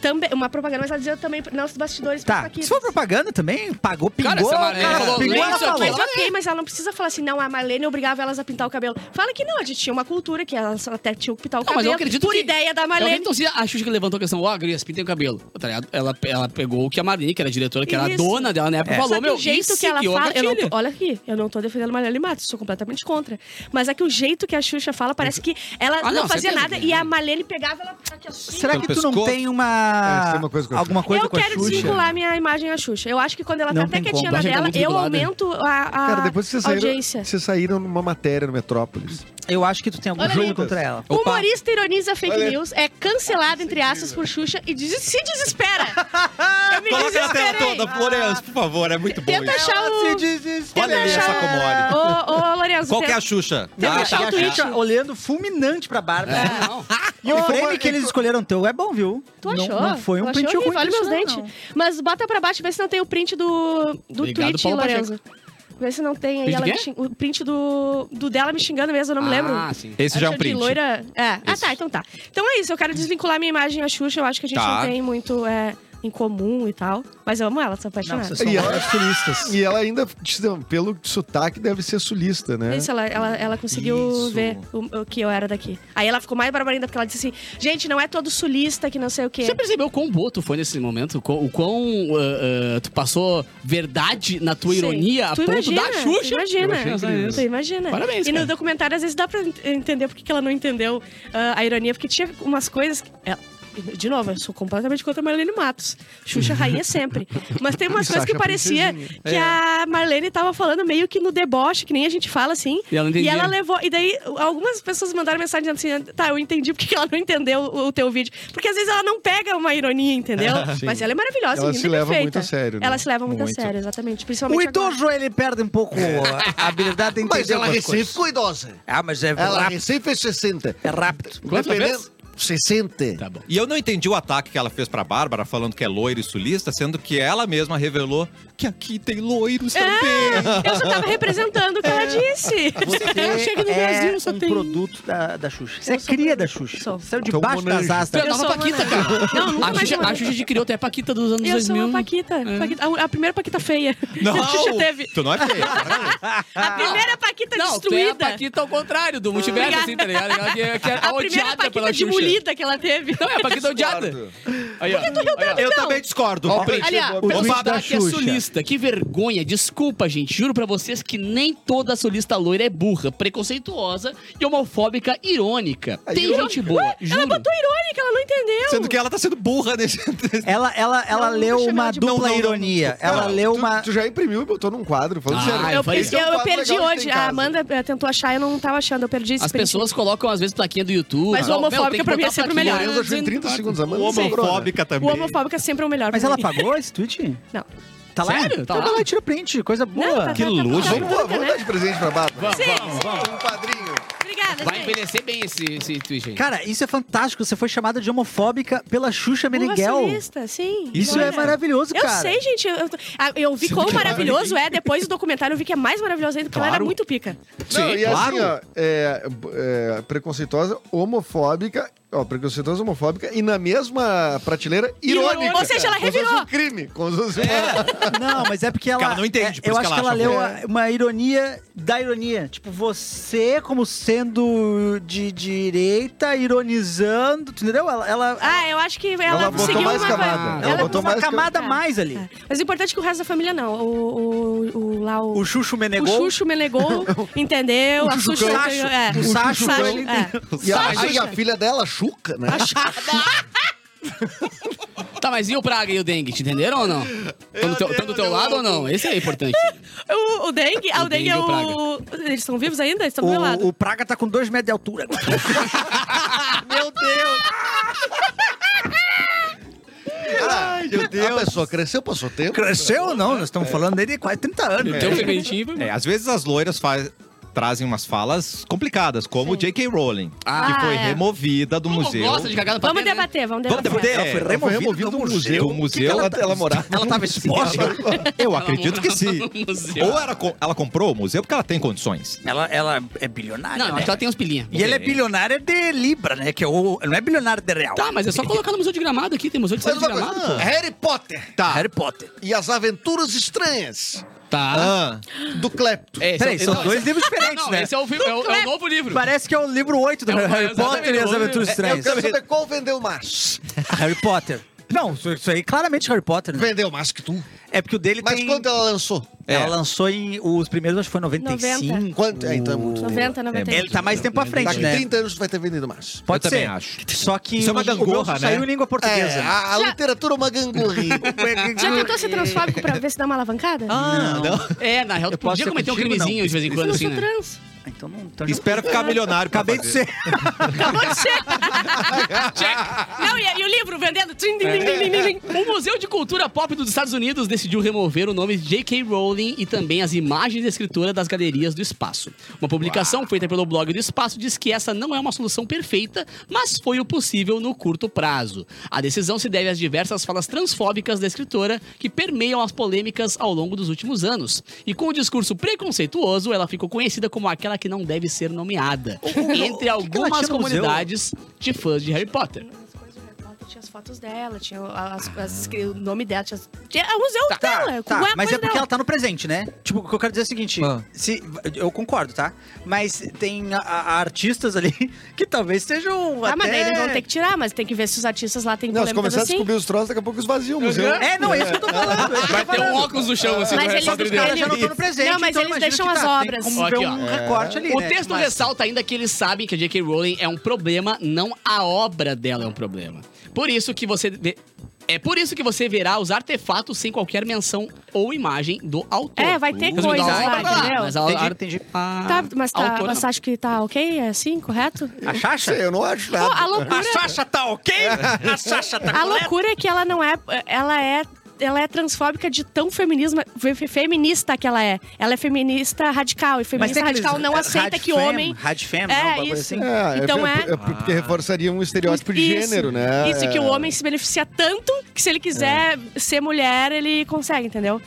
E: Também, uma propaganda, mas ela dizia também, não, os bastidores pra
C: Tá,
E: Paquita.
C: se for propaganda também, pagou, pingou,
D: Cara,
C: cara,
D: essa Marlene falou,
C: pingou,
D: "Lê
C: ela
D: isso
C: falou.
D: aqui,
E: Mas ok, mas ela não precisa falar assim, não, a Marlene obrigava elas a pintar o cabelo. Fala que não, a gente tinha uma cultura que elas até tinham que pintar o
D: Não,
E: cabelo.
D: mas eu acredito
E: por
D: que-
E: ideia da
D: Eu
E: Marlene.
D: acredito, assim, a Xuxa que levantou a questão, ó, a Gris, pintem o cabelo. Tá ligado? Ela, ela pegou o que a Marlene, que era a diretora, que era a
E: Isso. É.
D: dona dela na época, falou,
E: Só que
D: meu, é
E: o jeito
D: isso
E: que ela
D: eu
E: fala. eu não
D: gatilho.
E: tô- olha aqui, eu não tô defendendo a Marlene Matos, sou completamente contra. Mas é que o jeito que a Xuxa fala parece que ela
D: Ah,
E: não,
D: não,
E: fazia
D: certeza.
E: nada e a Marlene pegava ela aqui assim.
C: Será
A: Pelo
C: que tu não
A: pescoço?
C: tem uma,
B: É, tem uma coisa com a
C: alguma coisa
E: eu
C: com a
E: quero
C: Xuxa?
E: desvincular minha imagem a Xuxa. Eu acho que quando ela
C: Não
E: tá até
C: tem
E: quietinha
C: como.
E: na
D: Imagem tá
E: dela,
D: muito
E: eu
D: vinculada.
E: aumento a, a
B: Cara, depois vocês saíram,
E: Ah, audiência.
B: vocês saíram numa matéria no Metrópolis.
C: Eu acho que tu tem algum
E: Olha
C: jogo
E: aí.
C: contra ela.
E: O Humorista ironiza fake news, é cancelado, entre aspas, por Xuxa e diz- se desespera. Eu me
A: Coloca na tela
E: desesperei.
A: toda, Lourenço, por favor, é muito bom
E: Tenta
A: isso.
E: achar o...
A: Olha
E: Tenta
A: ali essa
E: achar...
A: comode.
E: Ô, ô, Lourenço,
A: Qual que é a
E: tenta-
A: Xuxa?
E: Tenta
A: Ah,
E: achar o
C: E a
E: tweet.
C: Xuxa olhando fulminante pra Bárbara.
D: Não.
E: Ah,
C: E o
B: É. Foi
C: frame
B: uma-
C: que eles escolheram teu é bom, viu?
E: Tu
C: Não-
E: achou?
C: Não, foi um
E: Tu achou
C: print ruim.
E: horrível, Olha meus
C: não, não.
E: dentes. Mas bota pra baixo, vê se não tem o print do, do
D: Obrigado,
E: tweet,
D: Paulo
E: Lourenço. Vê se não tem aí
D: Print
E: ela
D: de
E: me
D: quê?
E: xing- o print do, do dela me xingando mesmo, eu não me lembro.
D: Ah, sim.
A: Esse
E: A
A: já é um
E: Xuxa de
A: print.
E: loira- É. Ah,
A: Isso.
E: tá, então tá. Então é isso, eu quero desvincular minha imagem à Xuxa, eu acho que a gente
A: Tá.
E: não tem muito é, em comum e tal. Mas eu amo ela, sou apaixonada.
B: E ela, e ela ainda, pelo sotaque, deve ser sulista, né?
E: Isso, ela, ela, ela conseguiu
A: Isso.
E: ver o, o que eu era daqui. Aí ela ficou mais brava ainda, porque ela disse assim: gente, não é todo sulista que não sei o quê.
D: Você percebeu quão boa tu foi nesse momento? O quão, o quão, ah, ah, tu passou verdade na tua
E: Sim.
D: ironia a
E: Tu
D: ponto
E: imagina,
D: da
E: tu
D: Xuxa?
E: Imagina,
D: Eu achei incrível.
E: tu imagina.
D: Parabéns,
E: E no
D: cara.
E: documentário, às vezes, dá pra en- entender por que que ela não entendeu ah, a ironia, porque tinha umas coisas. que- é, de novo, eu sou completamente contra a Marlene Matos. Xuxa Rainha sempre. Mas tem umas coisas que
B: Sacha
E: parecia que
B: É.
E: a Marlene tava falando meio que no deboche, que nem a gente fala assim.
D: E ela não entendia.
E: levou. E daí algumas pessoas mandaram mensagem dizendo assim: tá, eu entendi porque que ela não entendeu o, o teu vídeo. Porque às vezes ela não pega uma ironia, entendeu?
B: Sim.
E: Mas ela é maravilhosa,
B: Ela
E: linda
B: se
E: e
B: leva
E: perfeita.
B: muito a sério, né?
E: Ela se leva muito,
A: Muito.
E: a sério, exatamente.
C: O
E: Principalmente agora.
C: idoso, ele perde um pouco a a habilidade de entender
F: Mas ela
C: algumas
F: recém
C: coisas.
F: ficou idosa.
C: Ah, mas é
F: Ela
C: rápido.
F: recém fez 60.
C: É rápido.
D: Quantas vezes?
F: 60.
D: Tá bom.
A: E eu não entendi o ataque que ela fez pra Bárbara, falando que é loira e sulista, sendo que ela mesma revelou que aqui tem loiros
E: É!
A: também.
E: Eu só tava representando o que ela disse. tá
C: Você
D: Chega no
C: é
D: Brasil, só
C: um
D: tem-
C: produto da, da Xuxa. Você é
E: Eu sou
C: cria da
E: produto.
C: Xuxa.
E: Sou.
C: Saiu
B: Tu é um
C: debaixo das
B: monange.
C: astas.
D: Tu é a nova
E: sou uma
D: Paquita,
E: nana.
D: cara.
E: Não, nunca
D: a,
E: mais
D: Xuxa,
E: uma
D: a Xuxa de criou até a Paquita dos anos
E: Eu sou
D: 2000.
E: uma Paquita. Paquita- a, a primeira Paquita feia que a Xuxa teve.
A: tu não é feia.
E: A primeira Paquita
D: Não, tu é a
E: destruída. Ah.
D: Paquita ao contrário, do multiverso,
E: Obrigada.
D: assim, tá ligado? Ela que, que é
E: a primeira
D: odiada pela
E: Paquita
D: Xuxa.
E: demolida que ela teve.
D: Não, é a Paquita odiada. Aí, ó. Aí, ó.
A: Eu também discordo.
B: Ó,
A: Print.
D: Aliás,
B: O
D: o
B: tweet
D: Fabá
B: da
D: que é
B: Xuxa.
D: sulista. Que vergonha. Desculpa, gente. Juro pra vocês que nem toda sulista loira é burra, preconceituosa e homofóbica irônica.
B: É
D: Tem gente boa,
E: Ela
D: juro.
E: botou irônica, ela não entendeu.
A: Sendo que ela tá sendo burra nesse.
C: Ela, ela, ela
E: Não, nunca
C: leu
E: chamei
C: uma
E: ela de- Não,
C: dupla
A: não, não,
C: ironia. Ela
B: Não,
C: leu
B: tu-
C: uma.
B: Tu, já imprimiu e botou num quadro, falando
D: Ah,
B: sério.
E: Eu,
D: eu falei, esse
E: perdi- eu- eu
B: quadro
E: perdi
B: legal que
E: hoje.
B: tem em
E: A
B: casa.
E: Amanda eh, tentou achar, eu não tava achando. Eu perdi esse
D: As
E: print.
D: pessoas colocam, às vezes, plaquinha do YouTube.
E: Mas
D: e tal.
E: o homofóbico,
D: Meu, tem que
E: pra mim,
D: botar
E: é sempre
D: plaquinha.
E: melhor.
B: Eu acho em 30 segundos, a
A: O
B: Amanda
A: homofóbica
E: O
A: também.
E: homofóbico é sempre o melhor.
C: Mas
E: pra
C: ela
E: mim.
C: pagou esse tweet?
E: Não.
C: Tá lá?
D: Sério? Tá
C: Então
D: lá?
C: vai lá e tira o print. Coisa
E: Não,
C: boa.
E: tá-
A: Que
E: tá- tá-
A: luxo.
E: tá- tá-
B: Vamos,
E: tá-
B: vamos dar de presente pra Bárbara.
D: Vamos, vamos, vamos.
B: Um padrinho.
E: Obrigada,
D: Vai
E: gente.
D: envelhecer bem esse, esse tweet aí.
C: Cara, isso é fantástico. Você foi chamada de homofóbica pela Xuxa
E: Burra
C: Meneghel.
E: sulista, sim.
C: Isso é
E: Olha.
C: maravilhoso,
E: Eu
C: cara.
E: sei, gente. Eu, eu, ah, eu vi quão maravilhoso é. Depois do documentário, eu vi que é mais maravilhoso ainda, porque ela era
A: Claro.
E: muito pica.
B: Não, e
A: claro.
B: assim, ó, é, é, preconceituosa, homofóbica, ó, preconceituosa, homofóbica e na mesma prateleira irônica.
E: Ou seja, ela
B: Como se fosse
E: revirou.
B: um crime. Como se fosse
C: Não, mas é porque ela.
A: ela não entende,
C: é,
A: por
C: eu
A: isso
C: acho
A: que
C: que ela
A: ela
C: leu
B: acha.
C: a- uma ironia da ironia. Tipo, você, como sendo de direita, ironizando. tu Entendeu? Ela. ela
E: Ah, eu acho que ela,
B: Ela botou
E: seguiu
B: mais
E: uma
B: camada.
E: Ela,
B: Ela botou
C: botou uma
B: mais que-
C: camada a
E: É.
C: mais ali.
E: É. Mas o importante é que o resto da família não. O, o, o lá o.
C: O Xuxo
E: o
C: Menegol.
E: Xuxo Menegou, entendeu? a Xuxa
C: Chuchucão.
E: entendeu, é.
C: O Sacho.
E: Sacho, é.
B: E a, aí a filha dela, Chuca, né?
D: Tá, mas e o Praga e o Dengue? Te entenderam ou não? Estão do teu, tão do teu lado ou não? Esse é importante.
E: O, o Dengue, ah, o Dengue é
D: Dengue e
E: o.
D: o
E: Eles estão vivos ainda? Eles estão do meu lado.
C: O, o Praga tá com dois metros de altura agora.
B: Meu Deus! Cara, meu Deus. A pessoa cresceu, passou tempo.
H: Cresceu ou não? Nós estamos falando dele de quase 30 anos.
D: Tem um fermentinho.
A: É, às vezes as loiras faz- trazem umas falas complicadas, como J.K. Rowling,
E: Ah,
A: que foi
E: é.
A: removida do
D: Como
A: museu.
D: gosta de cagar no
E: Vamos
D: papel, né?
E: debater, vamos
A: Vamos
E: debater.
H: Ela
A: debater?
H: foi
A: Ela
B: Ela foi
H: removida,
B: removida do museu.
A: Do museu.
B: Que que ela, ela morava.
H: Ela tava exposta.
A: Eu acredito que sim.
D: No museu.
A: Ou era co- ela comprou o museu porque ela tem condições.
H: ela, ela é bilionária.
D: Não,
H: né?
D: acho que ela tá- tem uns pilinha.
H: E ela é bilionária de Libra, né? Que é o... Não é bilionária de real.
D: Tá, mas é só colocar no Museu de Gramado aqui. Tem Museu de
F: Mas
D: Saúde de
F: uma
D: Gramado,
E: Ah.
F: coisa,
D: pô.
F: Harry Potter
H: Tá. Harry Potter.
F: e as aventuras estranhas
D: Tá.
F: do Clepto.
D: É, esse
H: Peraí,
D: é o-
H: são
D: não,
H: dois
D: esse-
H: livros diferentes,
D: Não,
H: né?
D: esse é o, fi- é o- é o novo livro.
H: Parece que é o livro 8 do
D: É o-
H: Harry
D: exatamente,
H: Potter e as
D: o-
H: Aventuras
D: é-
H: Estranhas.
F: Quero saber qual vendeu mais.
H: Harry Potter. Não, isso- isso aí claramente Harry Potter, né?
F: Vendeu mais que tu.
H: É porque o dele
F: Mas
H: tem...
F: quando ela lançou?
H: Ela lançou em... Os primeiros, acho que foi 95.
E: 90.
F: Quanto? É, então é muito.
E: 90, 90.
H: né? Ele tá mais tempo pra frente,
F: Daqui
H: né?
F: 30 anos tu vai ter vendido mais.
H: Pode
A: Eu
H: ser.
A: também acho.
H: Só que
A: Isso é uma
H: o- o meu
A: gangorra, né?
H: saiu em língua portuguesa.
F: É,
B: Ah,
F: a, a literatura é uma gangorrinha.
E: Já tentou ser transfóbico pra ver se dá uma alavancada?
H: Ah, não.
D: É, na real, tu
H: posso
D: podia
H: ser
D: cometer um
H: contigo,
D: crimezinho
H: não.
D: de vez em
E: eu
D: quando,
E: não
D: assim,
E: sou
D: né?
E: é trans.
C: Então não. Então já-
A: Espera ficar milionário. pra
C: Acabei de
A: fazer.
C: ser.
D: Não, e, e o livro vendendo? Trim, din, din, din, din, din. O Um Museu de Cultura Pop dos Estados Unidos decidiu remover o nome de J.K. Rowling e também as imagens e escritura das galerias do espaço. Uma publicação feita pelo blog do espaço diz que essa não é uma solução perfeita, mas foi o possível no curto prazo. A decisão se deve às diversas falas transfóbicas da escritora que permeiam as polêmicas ao longo dos últimos anos. E com o discurso preconceituoso, ela ficou conhecida como aquela que não deve ser nomeada, entre algumas
C: tinha no museu?
D: comunidades de fãs de Harry Potter.
E: As coisas do Harry Potter, Tinha as fotos dela, tinha as, as- o nome dela, tinha, as- tinha o museu
C: tá,
E: dela. com a
C: mas
E: coisa
C: é porque
E: dela.
C: ela tá no presente, né? Tipo, o que eu quero dizer é o seguinte: se, eu concordo, tá? Mas tem a- a- artistas ali que talvez sejam.
E: Tá,
C: até...
E: mas daí eles vão ter que tirar, mas tem que ver se os artistas lá têm
B: Não, se
E: polêmicas
B: começar a
E: assim. Uhum.
B: descobrir os troços, daqui a pouco esvaziam o museu.
C: É, não, é isso que eu tô falando. Tipo, é isso que eu
D: Vai
C: tô
D: ter um
C: falando.
D: óculos no chão, assim,
E: Mas
D: pra
E: eles
D: só
E: não
D: brilhar.
E: querem-
C: Ela já não tá no presente.
E: Não, mas
C: então
E: eles
C: imagino
E: deixam
C: que
E: as
C: tá, tem
E: obras.
C: Como ver
D: Aqui, ó.
C: um recorte ali.
D: O
C: né?
D: texto
C: Mas-
D: ressalta ainda que eles sabem que a J.K. Rowling é um problema, não a obra dela é um problema. Por isso que você. vê- É por isso que você verá os artefatos sem qualquer menção ou imagem do autor.
E: É, vai ter
D: Resumindo,
E: coisa
D: a obra
E: lá,
D: tá lá,
E: entendeu?
D: Mas a,
C: Entendi,
D: a,
C: entendi.
D: a-
E: Tá, mas,
D: a
E: tá,
D: autora
E: mas
D: não.
E: acho que tá ok? É assim, correto?
C: A
B: Não
C: Xaxa?
B: sei, eu não acho
E: Pô,
B: nada.
E: a loucura,
H: Sasha tá ok?
C: É.
H: A Sasha tá
E: a loucura é que ela não é. Ela é. Ela é transfóbica de tão feminismo, fe- fe- feminista que ela é. Ela é feminista radical. E feminista
C: aqueles-
E: radical não
C: é,
E: aceita que
C: radfem,
E: homem.
C: Radfem, não, um
E: É,
C: bagulho
E: isso.
C: assim.
B: É,
E: Então
B: é,
E: é.
B: é porque reforçaria um estereótipo de
E: Isso.
B: gênero, né?
E: Isso, que
B: É.
E: o homem se beneficia tanto que se ele quiser ser mulher, ele consegue, entendeu?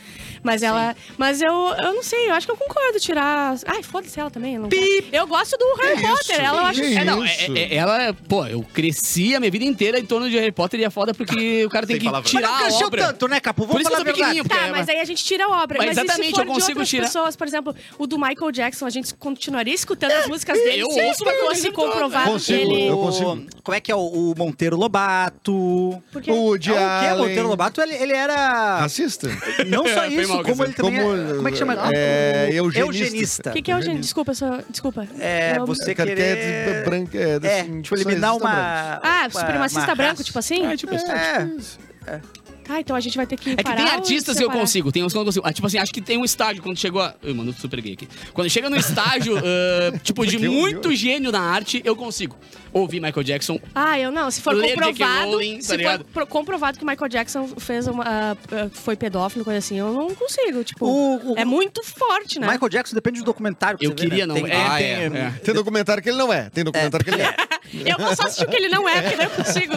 E: Mas ela. Mas eu, eu não sei, eu acho que eu concordo tirar. Ai, foda-se ela também. Eu, não quero. eu gosto do Harry Potter. Ela eu acho.
B: Que
D: É, não, é-
B: isso?
D: é- ela, pô, eu cresci a minha vida inteira em torno de Harry Potter e é foda porque o cara tem
A: Sem
D: que
A: palavrão.
C: Mas não
D: tirar a
C: cresceu
D: obra.
C: tanto, né, Capu?
D: Por
C: Vamos
D: isso que eu
C: falar a
D: tô
C: verdade.
D: pequenininho, porque
E: Tá,
D: é-
E: mas aí a gente tira a obra.
D: Mas
E: Mas, e se
D: exatamente,
E: for
D: eu
E: de
D: consigo
E: outras
D: tirar.
E: pessoas, por exemplo, o do Michael Jackson, a gente continuaria escutando as músicas dele
D: eu
E: se
D: ouço pra
E: fosse
D: caralho, então,
E: comprovado que
B: Consigo,
E: ele.
B: eu consigo.
C: O- Como é que é o, o Monteiro Lobato?
E: Porque...
B: O
C: É, o que é? O
B: Allen.
C: Monteiro Lobato, ele, ele era.
B: Racista?
C: Não só
D: É, foi
C: isso,
D: mal,
C: como
D: quer
C: ele também.
B: Como,
C: é, como é que chama?
B: é,
C: O-
B: eugenista.
E: O que, que é o gênero? Desculpa, só... desculpa.
C: É,
E: Eu-
C: você
B: Cara, que é de
C: querer...
B: branca, é,
C: É,
B: assim,
C: tipo, eliminar
B: supremacista
C: uma...
E: Ah,
C: uma-
E: supremacista
C: uma
E: branco,
C: raça.
E: tipo assim?
D: É, tipo,
C: É,
E: Tá, então a gente vai ter que.
D: É que
E: parar
D: tem
E: ou
D: artistas que eu
E: separar?
D: consigo, tem uns que eu não consigo. Ah, tipo assim, acho que tem um estágio quando chegou a. Ui, mano, eu super gay aqui. Quando chega no estágio, ah, tipo, de
B: Porque eu-
D: muito gênio na arte, eu consigo. Ouvir Michael Jackson.
E: Ah, eu não. Se for
D: Ler J.K.
E: comprovado.
D: Rowling, tá
E: se for
D: ligado?
E: pro- comprovado que o Michael Jackson fez uma. ah, ah, foi pedófilo, coisa assim, eu não consigo. Tipo,
C: O- o-
E: é muito forte, né?
C: Michael Jackson depende do documentário que
D: Eu
C: você vê,
D: queria
C: né?
D: não.
C: Tem-
D: ah,
C: tem-
D: é, é.
B: Tem documentário que ele não é, tem documentário que ele é.
E: Eu vou só assistir o que ele não é, porque daí eu consigo.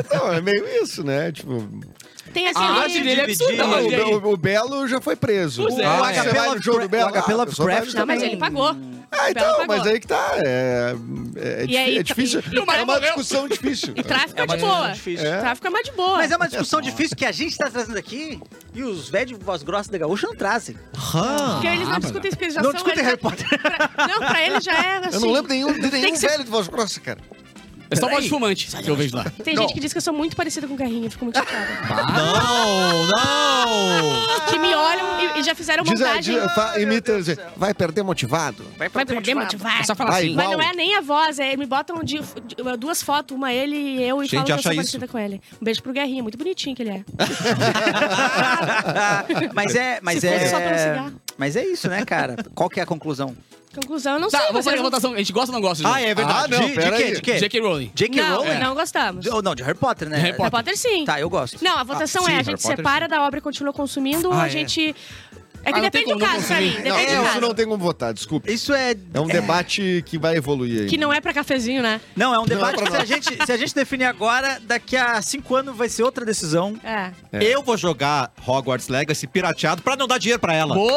B: Então, é meio isso, né? Tipo,
E: Então, Tem
D: A
E: aquele.
D: arte dele é absurda,
B: Não,
D: mas
B: o,
D: e aí?
B: Be- o- o Belo já foi preso.
D: Pois é.
B: Ah,
D: O
B: você
C: HP
B: vai no
C: Lovecraft-
B: show do Belo,
C: o HP
B: ah, a pessoa tá
C: Lovecraft
E: Não, mas
C: também.
E: ele pagou.
B: Ah,
E: Bela
B: então,
E: pagou.
B: mas aí que tá. É, é,
E: E aí, tá-
B: difí- é difícil.
E: e- e o
B: é
E: cara
B: uma
D: morreu.
B: discussão difícil.
E: E tráfico é,
C: uma
E: de
C: discussão
E: boa.
C: difícil.
B: É.
E: Tráfico é mais de boa.
C: Mas é uma discussão difícil que a gente tá trazendo aqui e os velhos de voz grossa da gaúcha não trazem.
E: Porque eles não discutem isso, porque eles já
C: não
E: são.
C: discutem
E: eles
C: Harry
E: já-
C: Potter.
E: pra- Não, pra ele já é assim.
B: Eu não lembro nenhum, de
E: Tem
B: nenhum
E: que ser-
B: velho de voz grossa, cara.
D: É só voz de fumante que eu vejo lá.
E: Tem gente que diz que eu sou muito parecida com o Carrinho, eu fico muito chateada.
A: Não, não!
E: que me olham e, e já fizeram
B: Diz, a-
E: montagem.
B: diz, fa- imita, diz, vai perder motivado?
E: Vai pro bem motivado.
D: É só falar
B: Vai,
D: assim.
E: Mas
B: Uau.
E: não é nem a voz, é, me botam de- de- duas fotos, uma ele e eu, e
A: Gente,
E: falam que eu
A: acha
E: sou
A: isso?
E: parecida com ele. Um beijo pro Guerrinho, muito bonitinho que ele é.
C: mas é, mas
E: Se fosse só pra
C: é,
E: não cigar.
C: mas é isso, né, cara? Qual que é a conclusão?
E: Conclusão, eu não
D: Tá,
E: sei.
D: vamos
E: vocês
D: fazer a
E: não...
D: votação. A gente gosta ou não gosta? Ju?
A: Ah, é verdade.
B: Ah, não,
C: de,
B: pera
C: de quê?
B: aí.
C: De quê?
D: J.K. Rowling.
C: J.K.
E: Não,
C: Rowling?
E: não gostamos.
C: De- ou não, de Harry Potter, né?
D: Harry
E: Harry Potter sim.
C: Tá, eu gosto.
E: Não, a votação
A: sim,
E: é, a
A: Harry
E: gente
A: Potter,
E: separa da obra e continua consumindo, ou a gente... É que
D: Ah, não tem
E: depende do
D: como não
E: caso pra mim,
D: consumir.
E: depende
B: Não,
E: do
B: isso
E: caso.
B: não tem como votar, desculpe.
C: Isso é.
B: É um debate que vai evoluir aí.
E: Que não é pra cafezinho, né?
C: Não, é um debate
B: pra
C: que se a, gente, se a gente definir agora, daqui a cinco anos vai ser outra decisão.
E: É.
A: Eu vou jogar Hogwarts Legacy pirateado pra não dar dinheiro pra ela.
D: Boa!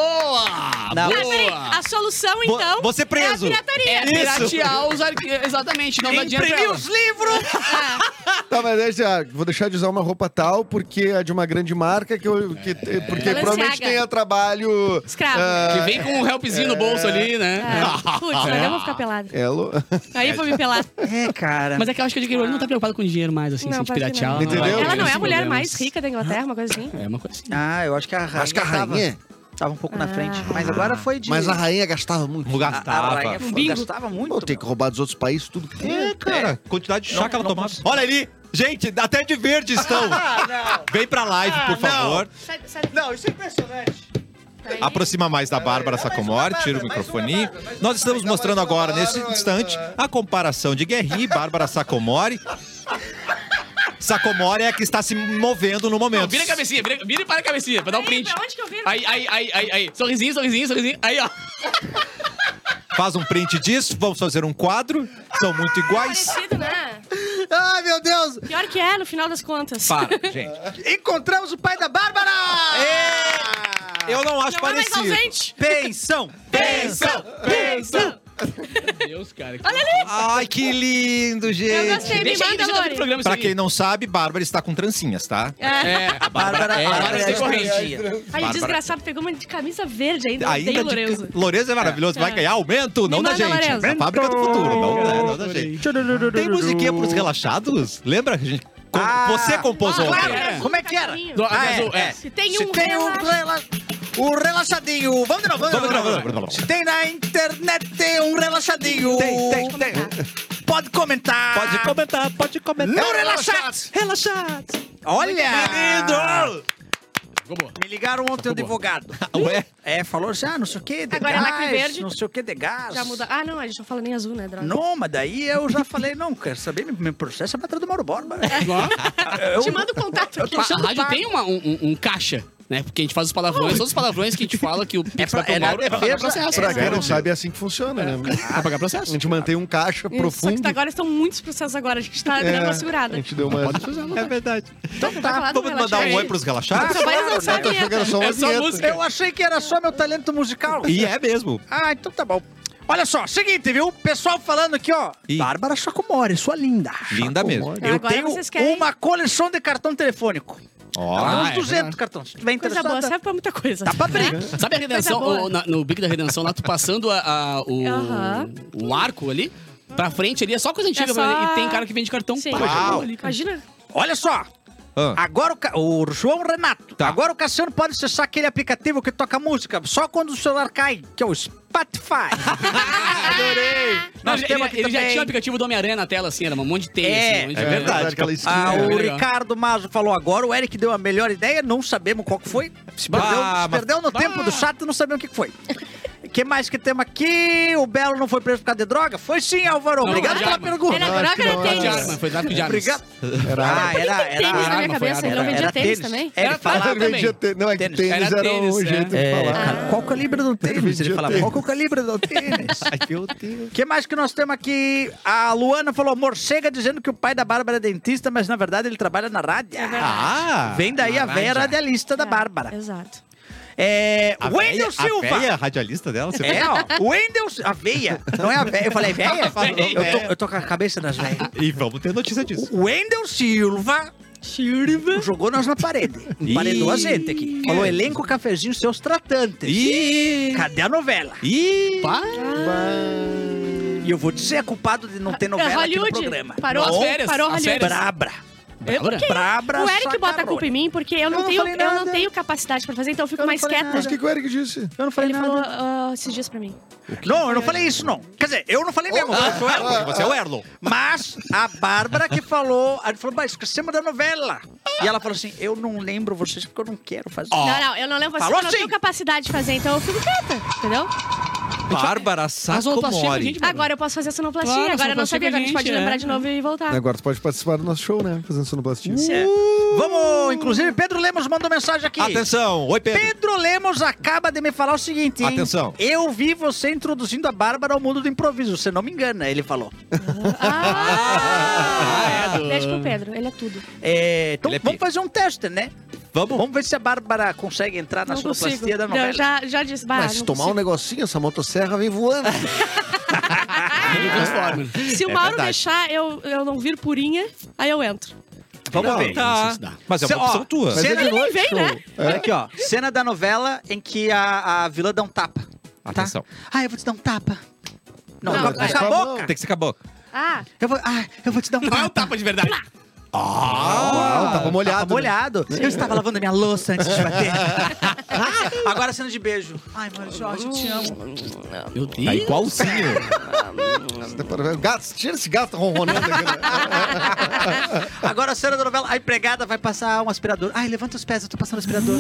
C: Não.
E: Ah, peraí,
D: Boa!
E: a solução,
A: Vou-
E: então,
A: vou ser preso.
E: é a pirataria.
D: É
A: Isso.
D: piratear os arquivos. Exatamente, não dá dinheiro pra
C: Imprimir
D: ela.
C: os livros!
B: Tá, mas aí, ah, vou deixar de usar uma roupa tal porque é de uma grande marca que eu, que, porque
E: Balenciaga.
B: provavelmente tenha trabalho.
E: Escravo.
B: ah,
D: Que vem com um helpzinho no bolso ali, né?
E: É. Putz, mas eu vou ficar pelada.
B: Elo.
E: Aí eu vou me pelar.
C: É, cara.
D: Mas é que eu acho que a J.K. Rowling não tá preocupada com dinheiro mais, assim, se a gente
E: parece que
D: piratear.
E: não.
D: ela vai
B: Entendeu?
D: ter
E: Ela não é a
D: esses
E: mulher
D: problemas.
E: mais rica da Inglaterra, uma coisa assim?
D: É uma coisa assim.
C: Ah, eu acho que a rainha.
B: Acho que a
C: tava-
B: rainha.
C: Tava um pouco na frente. Mas agora foi de.
B: Mas a rainha gastava muito.
A: Não
C: a, a
A: gastava.
C: rainha é foi-
E: Bingo.
C: gastava
B: Pô,
C: muito.
B: tem que roubar dos outros países tudo que tem.
A: É, cara, quantidade de chá que ela tomava. Olha ali! Gente, até de verde estão!
C: Ah,
A: Vem pra live, por favor.
E: Sabe- sabe-
C: não. Não, isso é impressionante.
A: Aproxima mais da Bárbara Sacomori, tira o microfoninho. Nós estamos mostrando agora, nesse instante, a comparação de Guerri e Bárbara Sacomori. Sacomori é a que está se movendo no momento.
D: Vira a cabecinha, vira, vira e para a cabecinha, pra dar um
E: Peraí,
D: print.
E: pra onde que eu viro?
D: Aí, aí, aí, aí, aí. Sorrisinho, sorrisinho, sorrisinho. Aí, ó.
A: Faz um print disso, vamos fazer um quadro. São muito iguais.
E: Parecido, né?
C: Ai, meu Deus!
E: Pior que é, no final das contas.
A: Para, gente.
C: Encontramos o pai da Bárbara!
A: Eu não acho
E: Não é mais
A: parecido.
E: ausente.
C: Pensão!
A: Pensão, pensão.
D: Meu Deus, cara.
E: Olha ali.
A: Ai, que lindo,
E: Eu
A: gente.
E: gostei. Me
D: Deixa aí, deixa
E: manda,
D: eu dar pro
E: Lori.
D: programa isso
A: Pra
D: aí.
A: quem não sabe, Bárbara está com trancinhas, tá?
E: É.
D: É, a Bárbara,
C: Bárbara,
D: é, a Bárbara
C: Bárbara
D: tem
C: é
D: corrente.
C: estrangeira.
E: Aí o
A: Bárbara.
E: desgraçado pegou uma de camisa verde ainda. Ainda
A: Ainda de...
E: Lourenço.
A: Lourenço é maravilhoso, vai
E: É.
A: ganhar aumento, não da
E: manda,
A: gente.
E: Lourenço.
A: Na fábrica do futuro, não, né, não da gente. Tem musiquinha pros relaxados? Lembra que a gente. com-
C: Ah.
A: Você compôs
E: Ah,
A: ontem.
E: claro.
D: É.
C: Como é que era?
E: Carinho.
D: Do-
C: Ah, é,
D: azul, é.
E: Se tem
C: Se
E: um,
C: tem um
E: relaxa.
C: rela- o relaxadinho. Vamos de novo, vamos
A: Vamos
C: de novo.
A: de novo, vamos de novo.
C: Se tem na internet tem um relaxadinho.
A: Tem, tem, tem.
C: Pode comentar.
A: Pode comentar, pode comentar.
C: Ah. Não Ah. relaxados. Olha.
D: Ficou boa.
C: Me ligaram ontem o advogado.
A: Ah, Ué,
C: É, falou já, não sei o que, de
E: Agora é
C: gás,
E: lacre verde.
C: não sei o que, de gás.
E: Já muda. Ah, não, a gente não fala nem azul, né, droga?
C: Não, mas daí eu já falei, não, quero saber, me, me processa pra trás é do Mauro Borba. né? Eu-
E: Te manda o contato aqui.
D: A
E: Chama o
D: rádio
E: pai.
D: tem uma- um, um- um caixa, né? Porque a gente faz os palavrões, todos os palavrões que a gente fala que o Pix
C: pra-
D: vai pro
C: é na
D: Mauro, é pra pagar
C: defesa,
D: processo.
B: Pra quem
D: É
B: não sabe, é assim que funciona, né?
D: pra pagar processo.
B: A gente mantém um caixa
E: Só que tá
B: profundo.
E: agora estão muitos processos agora. A gente tá
B: É,
E: dando uma
B: a
E: segurada.
B: gente deu uma. Tá
A: é verdade.
E: Então tá,
A: Vamos mandar um oi pros relaxados?
E: Só Então vai
C: Claro,
E: dançar a
C: né?
B: Eu achei que era
E: vinheta.
B: só uma
D: É só
B: vinheta.
D: música.
C: Eu achei que era só meu talento musical.
A: E é mesmo.
C: Ah, então tá bom. Olha só, seguinte, viu? O pessoal falando aqui, ó.
A: Ih.
C: Bárbara Chacomore, sua linda.
A: Linda mesmo.
B: Chacomore.
C: Eu
E: Ah, Agora
C: tenho
E: vocês querem-
C: uma coleção de cartão telefônico.
A: Ó.
C: uns
D: é
C: 200 cartões. Se tiver
E: Coisa
C: interessado,
E: boa, Né? serve pra muita coisa.
C: dá pra abrir.
D: Sabe a redenção,
E: Coisa boa.
D: o- na- no Big da Redenção, lá tu passando a- a- o,
E: Aham.
D: o arco ali, pra frente ali, é só coisa antiga.
E: É só-
D: E tem cara que vende cartão.
E: Sim.
D: pá,
E: Uau.
D: jogou ali, cara.
E: Imagina.
C: Olha só.
A: Ah.
C: Agora o, Ca- o João Renato.
A: Tá.
C: Agora o Cassiano pode acessar aquele aplicativo que toca música só quando o celular cai, que é o Spotify.
D: Não,
C: Nós
D: ele,
C: temos
D: ele-
C: aqui
D: ele já
C: também.
D: tinha o aplicativo do Homem-Aranha na tela, assim, era um monte de teia,
C: É,
D: assim. um monte de-
A: é verdade.
B: Aquela esquina.
C: Ah, o
D: legal.
C: Ricardo Mazo falou agora, o Eric deu a melhor ideia, não sabemos qual que foi. Se
A: Bah,
C: perdeu, se
A: mas-
C: perdeu no
A: bah.
C: tempo do chat, não sabemos o que que foi. que mais que temos aqui? O Belo não foi preso por causa de droga? Foi sim, Álvaro.
D: Não,
C: Obrigado
D: de
C: pela
D: arma.
C: pergunta.
E: Era
B: acho que
E: droga,
B: não
E: era
B: era.
D: Foi de
E: tênis.
D: armas, foi exato, de armas.
C: Obrigado.
B: Era-
C: Ah, era,
E: Tênis
C: era,
E: na minha
D: arma,
E: cabeça,
D: foi
E: ele não
D: arma.
E: vendia
C: Era
E: tênis
C: tênis.
E: também.
C: Era
D: Era
C: falar
D: tênis.
C: também.
B: Vendia tênis. Não, é que
C: Tênis.
B: tênis
D: Era
B: era um
D: tênis,
B: jeito de
C: É,
B: falar.
C: cara, qual que é o calibre do tênis? Ele
B: vendia
C: falava,
B: tênis.
C: qual que é o calibre do tênis?
A: Ai, meu Deus.
C: O que mais que nós temos aqui? A Luana falou, morcega, dizendo que o pai da Bárbara é dentista, mas na verdade ele trabalha na rádio.
A: Ah!
C: Vem daí a véia radialista
E: É.
C: da Bárbara.
E: Exato.
C: É,
A: A véia-
C: Wendel
A: A
C: Silva.
A: véia radialista dela? Você
C: É, ó. Wendel... A veia. Não é a veia. Eu falei, veia? Eu tô, eu tô com a cabeça nas veias.
A: E vamos ter notícia disso.
C: Wendel Silva... Jogou nós na parede. Emparedou a gente aqui. Falou, elenco, cafezinho, seus tratantes.
A: Ih!
C: Cadê a novela?
A: Ih!
D: Pá,
C: E eu vou dizer, é culpado de não ter novela
E: É
C: aqui no
E: Hollywood.
C: programa.
E: Parou,
D: As férias,
E: parou
D: as
E: Hollywood.
D: férias.
C: Brabra.
D: Bárbara?
C: Brabra
E: O Eric bota a
C: Sacarone.
E: culpa em mim porque eu não,
C: Eu não
E: tenho,
C: falei
E: eu
C: nada.
E: não tenho capacidade pra fazer, então eu fico
C: Eu não
E: mais
C: falei
E: quieta.
B: Mas o que que o Eric disse?
C: Eu não falei
E: Ele
C: nada.
E: falou ah, esses dias pra mim.
C: Não, eu não falei isso, não. Quer dizer, eu não falei mesmo. eu sou ela.
A: Você é o Erlon.
C: Mas a Bárbara que falou, ela falou, mas esquecemos da novela. E ela falou assim, eu não lembro vocês porque eu não quero fazer.
E: Não, não, eu não lembro assim,
C: Falou
E: eu não
C: sim.
E: tenho capacidade de fazer, então eu fico quieta, entendeu?
A: Bárbara
D: sonoplastia,
A: Sacomori.
D: gente, Bárbara.
E: Agora eu posso fazer sonoplastia,
D: Claro,
E: agora eu não
D: sonoplastia
E: sabia,
D: com a
E: agora a gente pode
D: gente, é.
E: lembrar de novo e voltar.
B: Agora você pode participar do nosso show, né? Fazendo sonoplastia.
C: É. Vamos, inclusive, Pedro Lemos mandou mensagem aqui.
A: Atenção! Oi, Pedro.
C: Pedro Lemos acaba de me falar o seguinte, hein?
A: Atenção.
C: Eu vi você introduzindo a Bárbara ao mundo do improviso, você não me engana, ele falou.
E: Ah,
D: Ah, é do-
E: Beijo pro Pedro, ele é tudo.
C: É, então
A: Ele é
C: vamos
A: pica.
C: fazer um teste, né?
A: Vamos.
C: Vamos ver se a Bárbara consegue entrar na
E: não
C: sonoplastia
E: consigo.
C: da
E: Não,
C: novela.
E: já, já disse, bah,
B: Mas se
E: não
B: tomar um
E: consigo.
B: negocinho, essa motosserra vem voando.
D: Ele transforma.
E: Se o
A: É
E: Mauro
A: verdade.
E: deixar eu, eu não vir purinha, aí eu entro.
C: Vamos ver.
A: Tá. Mas é
C: Cê-
A: uma opção
C: ó,
A: tua.
C: cê-
B: Mas é de noite,
E: vem, né?
B: show.
C: Olha aqui, ó. Cena da novela em que a, a vilã dá um tapa. tá?
A: Atenção.
C: Ah, eu vou te dar um tapa. Não,
E: Não,
C: com a-
E: não,
C: com a
B: não.
C: boca.
A: Tem que ser com a boca.
E: Ah,
C: Eu vou, ah, eu vou te dar um
D: Não é um
C: tapa.
D: tapa de verdade.
B: Ah, tava molhado.
C: Tapa molhado. Eu estava lavando minha louça antes de bater. Agora cena de beijo. Ai, mano, Jorge, eu te amo.
D: Meu
A: Tá
D: Deus.
A: igualzinho.
B: Gato, tira esse gato ronronando aqui. né?
C: Agora cena da novela, a empregada vai passar um aspirador. Ai, levanta os pés, eu tô passando um aspirador.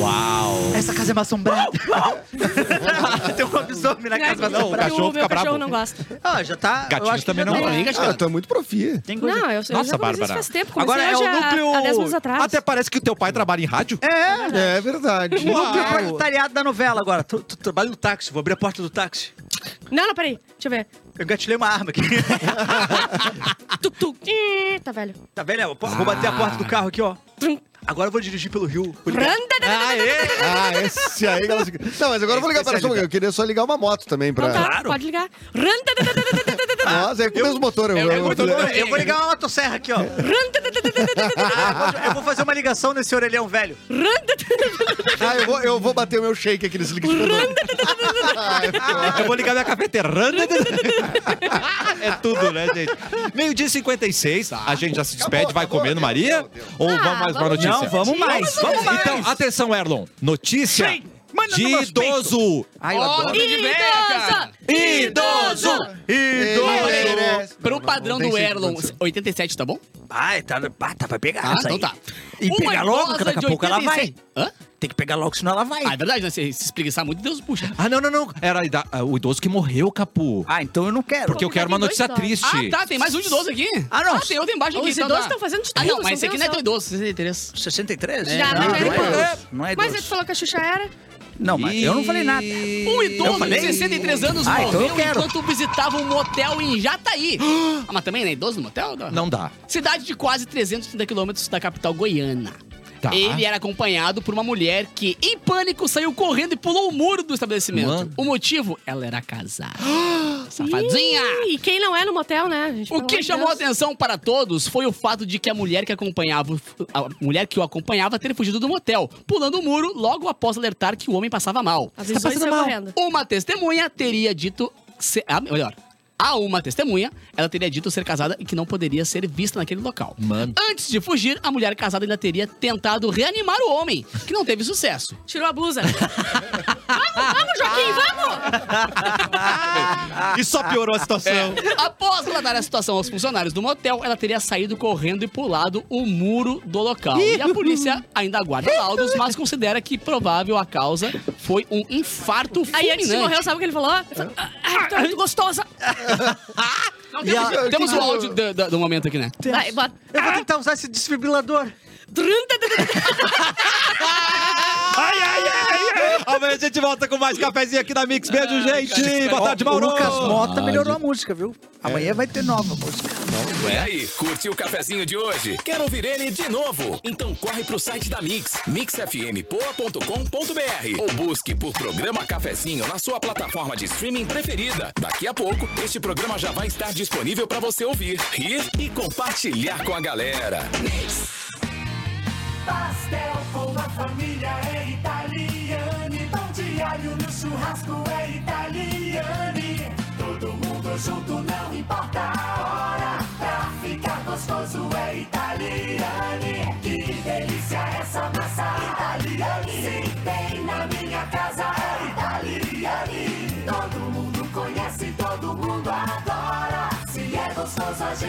A: Uau!
C: Essa casa é uma assombrada. Tem um lobisomem na casa
A: não, o
C: assombrada.
A: cachorro
E: meu
A: fica bravo.
E: cachorro não gosta.
C: Ah, já tá. eu
A: Gatinhos
C: acho que
A: também
C: já
A: não
C: tá-
A: gostam.
B: Ah, tu é muito profi.
C: Tem coisa.
E: Não, eu, eu
A: Nossa,
E: já comecei isso
A: Bárbara.
E: faz tempo. Comecei
C: Agora é
E: hoje
C: o núcleo.
E: há, há 10 minutos atrás.
A: Até parece que o teu pai trabalha em rádio.
C: É,
B: É verdade.
C: o núcleo proletariado da novela agora. Tu, tu trabalha no táxi, vou abrir a porta do táxi.
E: Não, não, peraí. Deixa eu ver.
C: Eu gatilhei uma arma aqui.
E: Tuk, tuk. Ih, Tá velho.
C: Tá vendo? Eu po- Vou bater a porta do carro aqui, ó. Agora eu vou dirigir pelo rio. Vou ligar.
E: Randa-
C: Aê!
B: Ah, esse aí. galera. Não, mas agora eu vou ligar para a Eu queria só ligar uma moto também
E: Não, tá,
B: pra.
C: Claro.
E: pode ligar. Randa-
B: Nossa, é com o mesmo motor. Eu, eu-
C: Muito bom, eu vou ligar uma motosserra aqui, ó. Ah, eu vou- eu vou fazer uma ligação nesse orelhão velho.
B: Ah, eu vou, eu vou bater o meu shake aqui nesse liquidificador. Ah, é foda.
A: Eu vou ligar minha cafeteira. É tudo, né, gente? Meio-dia e 56. A gente já se despede, vai
B: acabou.
A: comendo, Maria? Ou vamos mais uma
E: Ah, vamos
A: notícia?
E: Não, vamos mais,
A: Vamos mais. Então, atenção, Erlon. Notícia
H: Sim. Manda
A: de
H: no meu peito.
A: idoso.
C: Ai, eu adoro.
H: Homem de
E: Idosa!
H: velha!
D: Idoso!
B: Idoso!
D: Pro padrão
B: tem
D: do
B: sem
D: Erlon, 87, tá bom?
H: Ai, tá, ah, tá, vai pegar.
D: Ah,
H: essa
D: então
H: aí.
D: tá.
H: E
D: Uma
H: pega logo,
D: idosa
H: que daqui
D: de
H: a pouco ela vai.
D: 86. Hã?
H: Tem que pegar logo, senão ela vai.
D: Ah, é verdade, né? Se se espreguiçar muito, Deus puxa.
A: Ah, não, não, não. Era a ida- ah, o idoso que morreu, Capu.
H: Ah, então eu não quero.
A: Porque eu quero uma
E: tem dois
A: notícia
E: idosos.
A: triste.
D: Ah, tá, tem mais um de idoso aqui.
H: Ah, não.
D: Ah, tem outro embaixo aqui.
E: Os
D: então
E: idosos
D: tá.
E: estão fazendo de
D: Ah, não,
E: tudo,
D: mas esse
E: não
D: aqui
E: tem
D: não é tão
E: noção.
D: idoso, 63.
H: 63?
E: Já,
H: não,
E: mas
H: não,
E: aí-
H: é idoso. Não é
E: Mas ele
H: idoso.
E: falou que a Xuxa era.
H: Não, mas eu não falei nada.
D: Um idoso de
H: falei?
D: 63 anos
H: Ah, então eu
D: morreu
H: quero.
D: enquanto visitava um motel em Jataí. ah, mas também, né? Idoso no motel?
A: Não dá.
D: Cidade de quase 330 quilômetros da capital goiana.
A: Tá.
D: Ele era acompanhado por uma mulher que, em pânico, saiu correndo e pulou o muro do estabelecimento.
A: Mano.
D: O motivo? Ela era casada. Safadinha!
E: Ih, E quem não é no motel, né, gente?
D: O
E: Pelo amor
D: que
E: de
D: chamou a
E: Deus.
D: atenção para todos foi o fato de que a mulher que acompanhava, a mulher que o acompanhava ter fugido do motel, pulando o muro logo após alertar que o homem passava mal.
E: Às vezes dois saiu correndo.
D: Uma testemunha teria dito. Ser, ah, melhor. A uma testemunha, ela teria dito ser casada e que não poderia ser vista naquele local.
A: Mano.
D: Antes de fugir, a mulher casada ainda teria tentado reanimar o homem, que não teve sucesso.
E: Tirou a blusa. vamos, vamos, Joaquim, vamos!
A: E só piorou a situação.
D: É. Após relatar a situação aos funcionários do motel, ela teria saído correndo e pulado o muro do local. E a polícia ainda aguarda laudos, mas considera que provável a causa foi um infarto
E: Aí antes de morrer,
D: fulminante.
E: sabe o que ele falou? Ele falou, "Ah, ah, tu é muito gostosa.
D: Não,
B: E
D: temos
B: ela-
D: temos
B: que
D: o
B: que-
D: áudio do, do- do momento aqui, né?
E: Vai, bota.
C: Eu vou tentar usar esse desfibrilador.
A: Ai, ai, ai, ai. Amanhã a gente volta com mais cafezinho aqui na Mix. Beijo, gente. Boa tarde,
C: Ó, o
A: Mauro.
C: Lucas Mota melhorou a música, viu? Amanhã vai ter nova música.
K: E é? aí, curtiu o cafezinho de hoje? Quer ouvir ele de novo? Então corre pro site da Mix, mixfmpoa.com.br ou busque por programa Cafezinho na sua plataforma de streaming preferida. Daqui a pouco, este programa já vai estar disponível para você ouvir, rir e compartilhar com a galera.
L: Pastel com a família é italiano. e Pão de alho no churrasco é italiano. e Todo mundo junto, não importa a hora. Pra ficar gostoso é italiano. e Que delícia essa massa italiane. Se tem na minha casa é italiane. Todo mundo conhece, todo mundo adora. Se é gostoso, a gente